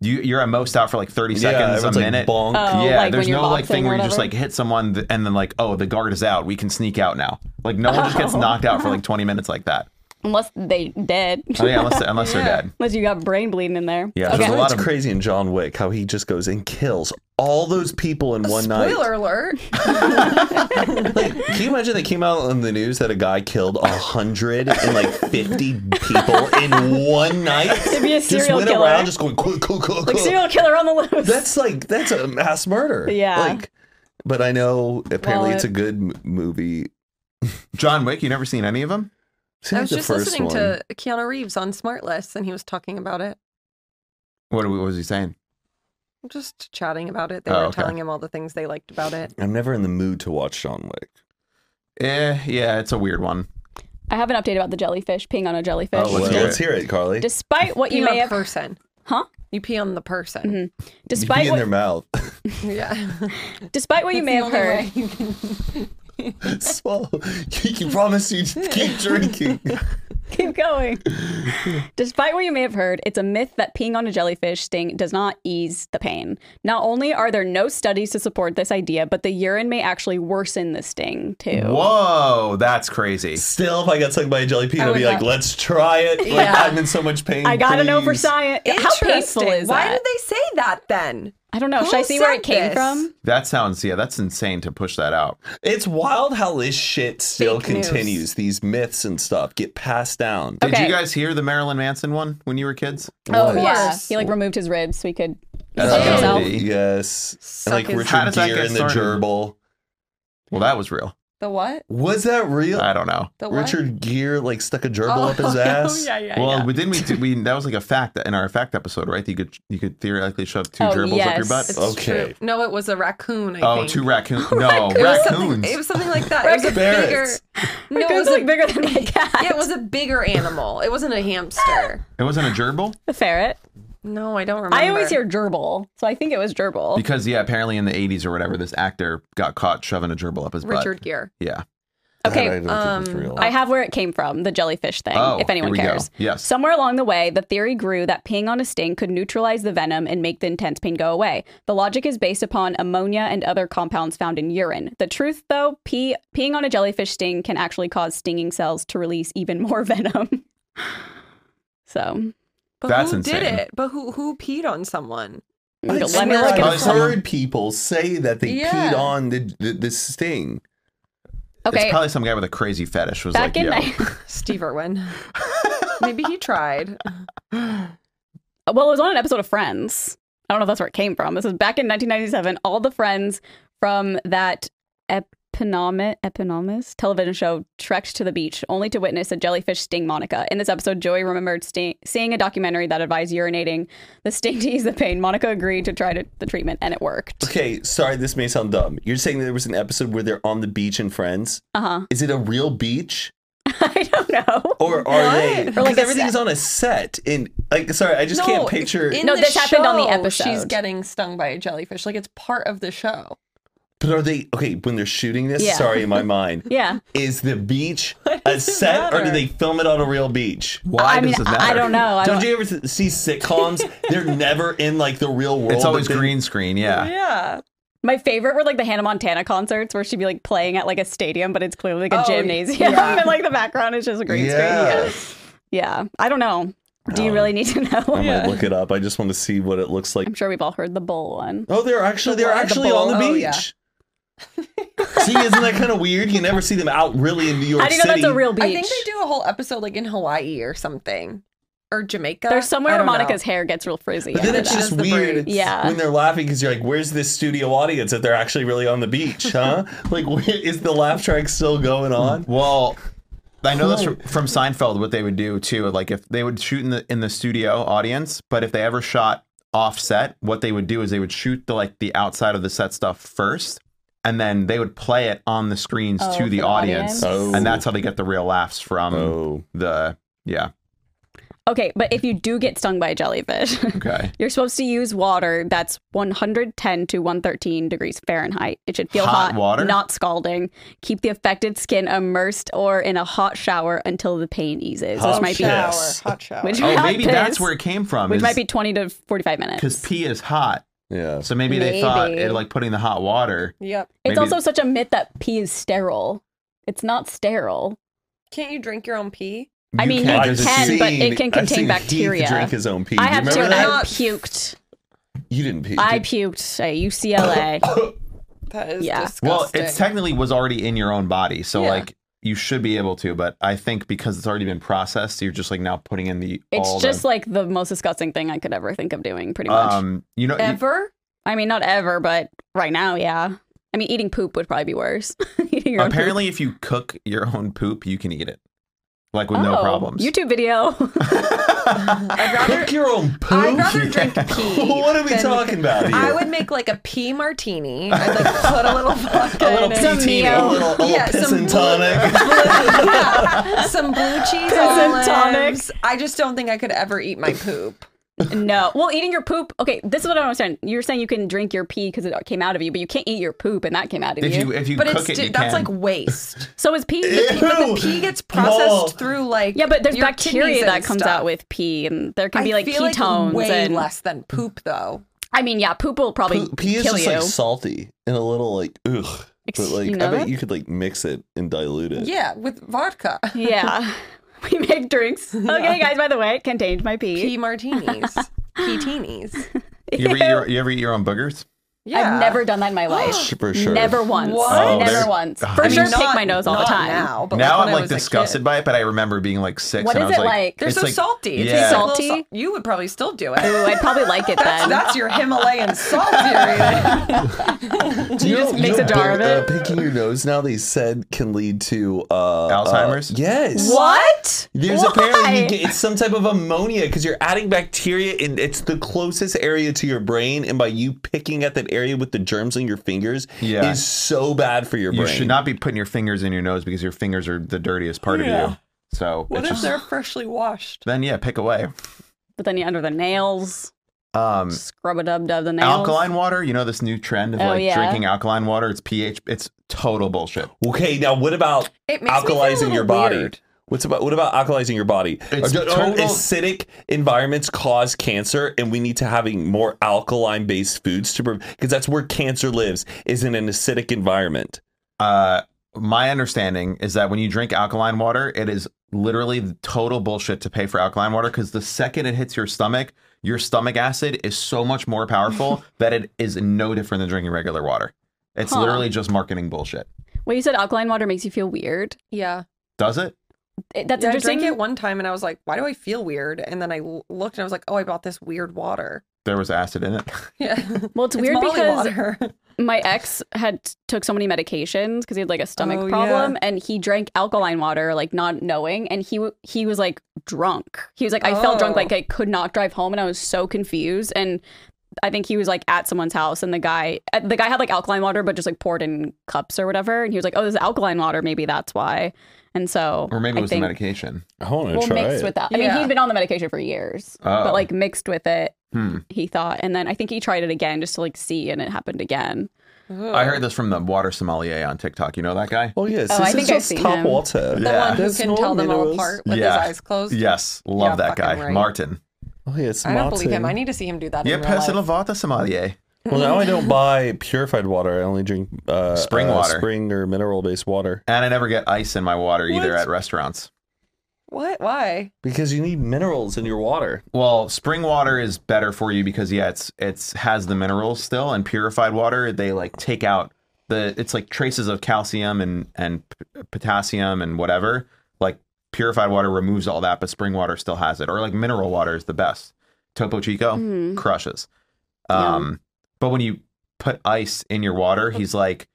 C: You you're at most out for like 30 seconds, a
B: everyone's,
C: minute.
B: bonk.
A: Oh,
C: yeah,
A: like
C: there's
A: when you're
C: no like
A: boxing
C: thing
A: or
C: where you just like
A: whatever?
C: hit someone th- and then like oh the guard is out, we can sneak out now. Like no one just
A: <laughs>
C: gets knocked out for like 20 minutes like that.
A: unless they dead,
C: Oh, yeah, unless unless they're
D: Yeah.
C: dead.
A: <laughs> unless you got brain bleeding in there.
C: Yeah,
A: Okay.
C: there's a lot
B: That's
C: of
B: crazy in John Wick how he just goes and kills all those people in one
D: Spoiler alert.
B: night. Can you imagine they came out on the news that a guy killed a hundred and like fifty people in
A: <laughs>
B: one night?
A: To be a
B: Just
A: serial
B: went
A: killer.
B: around just going cool, cool, cool,
A: Like
B: cool.
A: serial killer on the loose.
B: That's like that's a mass murder.
A: Yeah.
B: Like, but I know apparently
A: Well,
B: it's a
A: it-
B: good m- movie.
C: John Wick. You never seen any of them?
B: It's
D: I
B: like
D: was
B: the
D: just
B: first
D: listening
B: one.
D: to Keanu Reeves on Smartless, and he was talking about it.
C: What, what was he saying?
D: Just chatting about it. They
C: Oh,
D: were
C: okay.
D: telling him all the things they liked about it.
B: I'm never in the mood to watch John Wick.
C: Eh, yeah, it's a weird one.
A: I have an update about the jellyfish peeing on a jellyfish.
C: Oh, Let's
B: Well,
C: hear
B: let's
C: it.
B: hear it, Carly.
A: Despite what
D: Pee
A: you
D: on
A: may
D: a
A: have,
D: person.
A: huh?
D: You pee on the person.
B: Be
A: Despite
B: in their
A: what,
B: mouth. <laughs>
D: Yeah.
A: despite what you may have heard,
B: swallow. You promise you to
A: <laughs>
B: keep drinking.
A: keep going. Despite what you may have heard, it's a myth that peeing on a jellyfish sting does not ease the pain. Not only are there no studies to support this idea, but the urine may actually worsen the sting too.
C: Whoa, that's crazy.
B: Still, if I got stung by a jelly
A: Oh
B: pea, I'd
D: would
B: be like,
D: not-
B: let's try it. Like,
D: Yeah.
B: I'm in so much pain.
A: I gotta know for
B: please."
A: science. How painful
D: Interesting.
A: is
D: Why
A: that?
D: did they say that then?
A: I don't know.
D: Who
A: Should I see where it
D: said
A: came
D: this?
A: from?
C: That sounds yeah, that's insane to push that out.
B: It's wild how this shit still
D: Fake news.
B: continues. These myths and stuff get passed down.
C: Did
A: Okay.
C: you guys hear the Marilyn Manson one when you were kids?
A: Oh
D: What?
A: yeah,
D: Yes.
A: he like removed his ribs so he could.
B: That's
A: Suck
B: how
A: himself.
B: it is. Uh, Yes.
D: Suck
B: and like
D: his-
B: Richard
C: How does that
B: Gere
C: get
B: and the
C: started?
B: gerbil.
C: Well, that was real.
D: The what?
B: Was that real?
C: I don't know.
D: The what?
B: Richard Gere like stuck a gerbil
D: Oh, <laughs>
B: up his ass.
D: yeah, yeah,
C: well,
D: yeah.
C: we didn't we, did we that was like a fact in our fact episode, right? You could you could theoretically shove two
A: Oh,
C: gerbils up your
A: yes.
C: butt.
D: It's
B: Okay.
D: true. No, it was a raccoon. I
C: oh,
D: think.
A: <laughs>
C: two raccoon. No,
D: It was something-
C: raccoons.
D: It was something like that. It was a bigger.
B: Ferrets.
D: No, it
A: Raccoons
D: was
A: look
D: like
A: bigger than <laughs> my cat.
D: yeah, it was a bigger animal. It wasn't a hamster.
C: It wasn't a gerbil
A: a ferret.
D: No, I don't remember.
A: I always hear gerbil, so I think it was gerbil.
C: because yeah, apparently in the 80s or whatever, this actor got caught shoving a gerbil up his
D: Richard
C: butt.
D: Gere.
C: Yeah.
A: Okay,
B: That I don't think is
D: um,
B: real.
A: I have where it came from, the jellyfish thing,
C: Oh,
A: if anyone
C: here we go.
A: cares.
C: Yes.
A: Somewhere along the way, the theory grew that peeing on a sting could neutralize the venom and make the intense pain go away. The logic is based upon ammonia and other compounds found in urine. The truth, though, pee, peeing on a jellyfish sting can actually cause stinging cells to release even more <laughs> venom. so
D: But
C: That's
D: who
C: insane.
D: did it? But who who peed on someone?
B: I
A: let
B: swear
A: me look
B: I've
A: at
C: Probably
B: heard
A: this.
C: someone-
B: people say that they
D: Yeah.
B: peed on the, the the sting.
A: Okay,
C: It's probably some guy with a crazy fetish was
A: back
C: like,
A: in
C: yo. <laughs>
A: ni-
D: Steve Irwin. Maybe
C: <laughs>
D: he tried.
A: well, it was on an episode of Friends. I don't know if that's where it came from. This was back in 1997. All the friends from that eponymous, eponymous television show trekked to the beach only to witness a jellyfish sting Monica. In this episode, Joey remembered sting- seeing a documentary that advised urinating the sting to ease the pain. Monica agreed to try to- the treatment, and it worked. <laughs>
B: Okay, sorry, this may sound dumb. You're saying there was an episode where they're on the beach and friends.
A: Uh
D: Uh-huh.
A: huh.
B: Is it a real beach?
A: I don't know.
B: Or are
A: Or
B: they?
D: What?
A: like
B: Because
A: a
B: everything's
A: set.
B: on a set. And like, sorry, I just can't picture.
D: in
A: No,
D: the
A: this happened on the
D: show, She's
A: episode.
D: getting stung by a jellyfish. Like it's part of the show.
B: but are they okay when they're shooting this?
A: Yeah.
B: Sorry,
A: <laughs>
B: in my mind,
A: Yeah.
B: is
A: <laughs>
B: the beach a
D: does it
B: set, or do
D: matter?
B: they film it on a real beach?
C: Why
A: I mean,
C: does this matter?
A: I I don't know. I
B: Don't
A: don't-
B: you ever s-
A: <laughs>
B: see sitcoms? They're never in like the real world.
C: It's always
B: but then-
C: green screen, yeah.
D: Yeah.
A: My favorite were like the Hannah Montana concerts where she'd be like playing at like a stadium, but it's clearly like a
D: Oh,
A: gymnasium, <laughs>
D: yeah.
A: and like the background is just a green
B: Yeah.
A: screen. Yeah, I don't know. Do you
B: Um,
A: really need to know?
B: I might look it up. I just want to see what it looks like.
A: I'm sure we've all heard the bull one.
B: Oh, they're actually they're
D: The wa- the
B: actually on the
D: bowl? Oh,
A: <laughs>
B: beach.
D: yeah.
B: see, isn't that kind of weird? You never see them out really in New York
A: How do you know
B: Oh, City.
A: that's a real beach?
D: I think they do a whole episode like in Hawaii or something. Or Jamaica.
A: There's
D: I
A: somewhere where
D: don't know.
A: Monica's hair gets real frizzy.
B: But then
A: after
B: it's
A: that.
B: just
D: Does the
B: weird
D: break.
A: Yeah.
B: when they're laughing because you're like, "Where's this studio audience if they're actually really on the beach, huh? like, where, is the laugh track still going on?"
C: Well, I know that's from, from Seinfeld what they would do too. Like if they would shoot in the in the studio audience, but if they ever shot offset, what they would do is they would shoot the like the outside of the set stuff first, and then they would play it on the screens
A: Oh,
C: to
A: for
C: the
A: the
C: audience,
A: Oh.
B: audience.
C: and that's how they get the real laughs from
B: Oh.
C: the yeah.
A: okay, but if you do get stung by a jellyfish, <laughs>
C: Okay.
A: you're supposed to use water that's 110 to 113 degrees Fahrenheit. It should feel
C: Hot
A: hot,
C: water?
A: not scalding. Keep the affected skin immersed or in a hot shower until the pain eases,
B: Hot
A: which might be
B: shower.
D: Shower,
B: Yes.
D: hot shower.
A: Which-
C: Oh,
A: Hot
C: maybe that's
A: piss.
C: where it came from.
A: which
C: is-
A: might be 20 to 45 minutes.
C: because pee is hot.
B: Yeah.
C: So maybe, they thought
A: Maybe.
C: it like putting the hot water.
D: yep.
A: it's
C: maybe-
A: also such a myth that pee is sterile. It's not sterile.
D: Can't you drink your own pee?
A: I mean,
C: can-
A: you
C: there's a
A: can, but it can
B: I've
A: contain
B: seen Heath
A: bacteria.
B: drink his own pee.
A: I
B: you
A: have to
B: remember
A: and
B: that?
A: I
D: that?
A: puked.
B: You didn't pee.
A: I
B: did-
A: puked at
B: <coughs>
A: UCLA.
D: That is
A: Yeah.
D: disgusting.
C: Well, it's technically was already in your own body, so
D: Yeah.
C: like you should be able to. But I think because it's already been processed, you're just like now putting in the all
A: It's just
C: the,
A: like the most disgusting thing I could ever think of doing, pretty much.
C: um, you know, you-
D: <laughs> ever.
A: I mean, not ever, but right now, yeah. I mean, eating poop would probably be worse. <laughs> Eating your own poop.
C: apparently if you cook your own poop, you can eat it, like with no
A: Oh,
C: problems.
A: YouTube
C: <laughs>
A: video. <laughs>
D: I'd
B: <laughs>
D: rather
B: Cook your own poo.
D: I'd rather
B: <laughs>
D: drink pee.
B: what are we
D: than-
B: talking about here?
A: uh,
D: I would make like a pee martini. I'd like put
A: <laughs>
D: a little vodka
B: a little
D: in it.
A: Some
B: pee, a
A: Mio.
B: little, a little
D: Yeah,
B: piss
D: some
B: and
D: blue-
B: tonic.
D: <laughs> yeah, some blue cheese
A: and
D: olives.
A: tonics.
D: I just don't think I could ever eat my poop.
A: no. Well, eating your poop. Okay, this is what I don't understand. You're saying you can drink your pee because it came out of you, but you can't eat your poop and that came out of
C: if you e- if you
D: But
C: cook
D: it's
C: it,
D: di-
C: you
D: that's
C: can.
A: <laughs>
D: like waste.
A: So is
C: <laughs>
A: pee. the pee-
D: But
B: Ew.
D: the pee gets
B: No.
D: processed through like
A: yeah, but there's
D: your kidneys
A: bacteria that
D: and
A: comes
D: stuff.
A: out with pee, and there can
D: I
A: be like
D: feel
A: ketones
D: way
A: and
D: less than poop though.
A: I mean, yeah, poop will probably
B: Poo- pee is
A: kill
B: just
A: you.
B: like salty and a little like ugh. But
A: Ex-
B: like
A: you know
B: I bet
A: that?
B: you could like mix it and dilute it.
D: Yeah, with
A: <laughs>
D: vodka,
A: <laughs>
D: <laughs>
A: yeah, we make drinks. Okay, guys. By the way, it contained my pee. <laughs>
D: pee martinis, pee teenies. <laughs>
C: you ever eat your, you ever eat your own boogers?
D: Yeah.
A: I've never done that in my
C: <gasps>
D: <gasps>
A: life. <gasps>
B: For sure.
A: Never once.
D: What?
C: Oh, there's-
A: Never once.
C: I
A: For
C: mean,
A: sure,
C: not-
A: pick my nose all the
D: not
A: time.
D: Now, but
C: now
D: when
C: I'm
D: I
C: like
D: was a
C: disgusted
D: kid.
C: by it, but I remember being like six.
A: What
C: and I
A: is
C: was
A: it like?
D: They're
C: it's
D: so
C: like-
D: salty. It
C: yeah.
D: tastes like a little
A: Salty?
D: sal- You would probably still do
A: Ooh,
D: it. <laughs>
A: I'd probably like it then.
D: That's your Himalayan salt theory.
B: Do you,
A: just mix a jar of
B: but,
A: it?
B: Uh, picking your nose now, they said, can lead to uh,
C: Alzheimer's?
B: uh, yes.
A: <laughs> what?
B: There's
A: Why?
B: apparently you get, it's some type of ammonia because you're adding bacteria and it's the closest area to your brain, and by you picking at that area with the germs in your fingers
C: Yeah.
B: is so bad for your
C: you
B: brain.
C: should not be putting your fingers in your nose because your fingers are the dirtiest part of
D: Yeah.
C: you. So
D: What
C: it's
D: if
C: just,
D: they're freshly washed?
C: then yeah, pick away.
A: But then you under the nails,
C: Um,
A: scrub a dub dub the nails.
C: alkaline water, you know this new trend of
A: Oh,
C: like
A: yeah.
C: drinking alkaline water. It's pH. It's total bullshit.
B: Okay, now what about
D: It makes me feel a
B: alkalizing your
D: little
B: body?
D: weird.
B: What's about what about alkalizing your body?
C: It's
B: Are- are
C: total-
B: acidic environments cause cancer, and we need to having more alkaline based foods to because that's where cancer lives is in an acidic environment.
C: Uh, my understanding is that when you drink alkaline water, it is literally total bullshit to pay for alkaline water because the second it hits your stomach, your stomach acid is so much
A: <laughs>
C: more powerful that it is no different than drinking regular water. It's
A: Huh.
C: literally just marketing bullshit.
A: Well, you said alkaline water makes you feel weird.
D: Yeah.
C: Does it?
A: It- that's
D: Yeah, I
A: interesting.
D: drank it one time and I was like, why do I feel weird? And then I l- looked and I was like, oh, I bought this weird water. <laughs>
C: There was acid in it. <laughs>
D: Yeah.
A: well, it's weird
D: Molly
A: because <laughs>
D: water.
A: my ex had took so many medications because he had like a stomach
D: Oh,
A: problem and he drank alkaline water like not knowing and he w- he was like drunk he was like i felt drunk
D: Oh.
A: like i could not drive home and i was so confused and i think he was like at someone's house and the guy uh, the guy had like alkaline water but just like poured in cups or whatever and he was like oh this is alkaline water maybe that's why and so
C: Or maybe
A: I
C: it was the
A: think-
C: medication.
B: I want to
A: well mixed with that i mean
D: Yeah.
A: he'd been on the medication for years
C: Oh.
A: but like mixed with it
C: Hmm.
A: he thought and then i think he tried it again just to like see and it happened again
C: I heard this from the water sommelier on TikTok. You know that guy?
B: Oh yes,
A: Oh,
B: this
A: I
B: is
A: think I've
B: just
A: seen
B: tap
A: him.
B: water.
D: The
C: Yeah.
D: one who
B: There's
D: can
B: no
D: tell them all
B: minerals.
D: apart with
C: Yeah.
D: his eyes closed.
C: Yes, love
D: Yeah,
C: that guy,
D: fucking right.
C: Martin.
B: Oh yes,
D: I don't believe him. I need to see him do that.
C: Yeah,
D: in real
C: personal
D: life.
C: water sommelier.
B: well, now I
D: <laughs>
B: don't buy purified water. I only drink uh,
C: Spring
B: uh,
C: water.
B: spring or mineral based water.
C: And I never get ice in my water either
D: What?
C: at restaurants.
D: What? Why?
B: Because you need minerals in your water.
C: Well, spring water is better for you because yeah, it's it's has the minerals still, and purified water they like take out the it's like traces of calcium and and p- potassium and whatever. Like purified water removes all that, but spring water still has it. Or like mineral water is the best. Topo Chico
D: Hmm.
A: Mhm.
C: crushes. Um, but when you put ice in your water, he's like.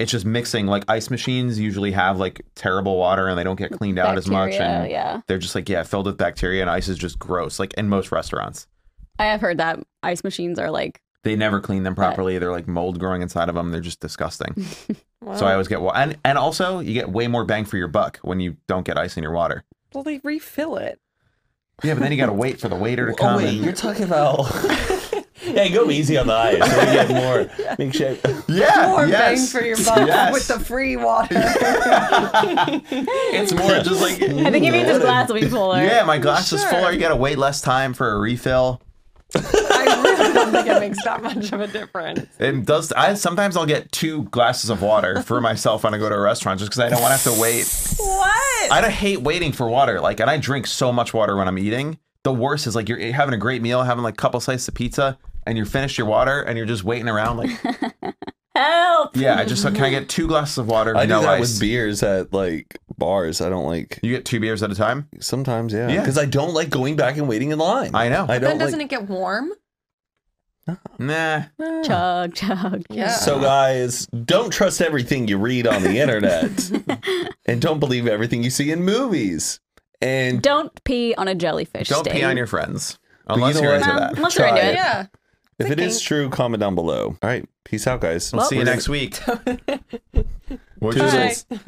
C: It's just mixing. Like ice machines usually have like terrible water, and they don't get cleaned out as much.
A: Bacteria,
C: And
A: yeah
C: they're just like yeah filled with bacteria and ice is just gross like in most restaurants
A: I have heard that ice machines are like
C: they never clean them properly they're like mold growing inside of them they're just disgusting so i
D: Wow.
C: always get wa- and and also you get way more bang for your buck when you don't get ice in your water
D: Well, they refill it.
C: yeah but then you gotta wait for the waiter to
B: Oh
C: come
B: wait,
C: and-
B: you're talking about. <laughs> yeah, go easy on the eyes. So we get <laughs> more. Make sure.
C: yeah
D: More
C: Ah, yes.
D: bang for your buck
C: Yes.
D: with the
C: <laughs>
D: free water.
C: it's more just
A: <laughs>
C: like
A: I think it means his glass will be fuller.
C: <laughs> yeah my glass is
D: Sure.
C: fuller you gotta wait less time for a refill
D: I really don't think it makes that much of a difference.
C: It does. I sometimes I'll get two glasses of water
D: <laughs>
C: for myself when I go to a restaurant, just because I don't want to have to wait.
D: What?
C: I don't hate waiting for water. Like, and I drink so much water when I'm eating. The worst is like you're e, having a great meal, having like a couple slices of pizza, and you're finished your water, and you're just waiting around.
D: <laughs>
C: Like,
A: Help!
C: yeah, I just like, can I get two glasses of water?
B: I do
C: no
B: that
C: ice.
B: with beers at like bars. I don't like
C: You get two beers at a time.
B: sometimes, yeah,
C: Yeah.
B: because I don't like going back and waiting in line.
C: I know.
B: I don't
D: Then doesn't
B: like.
D: it get warm?
C: Nah.
A: Chug, chug.
D: Yeah.
B: So guys, don't trust everything you read on the internet, and don't believe everything you see in movies. And
A: Don't pee on a jellyfish.
C: Don't
A: sting.
C: pee on your friends
B: you
C: unless
B: know
C: you are
B: what?
C: into
A: Um,
C: that.
A: Unless you're
B: Try
A: into
B: it.
A: it.
D: yeah.
B: if it is
D: Thinking.
B: true, comment
D: <laughs>
B: down below. All right, peace out, guys.
C: We'll see you next week.
B: Toodles.
D: Bye.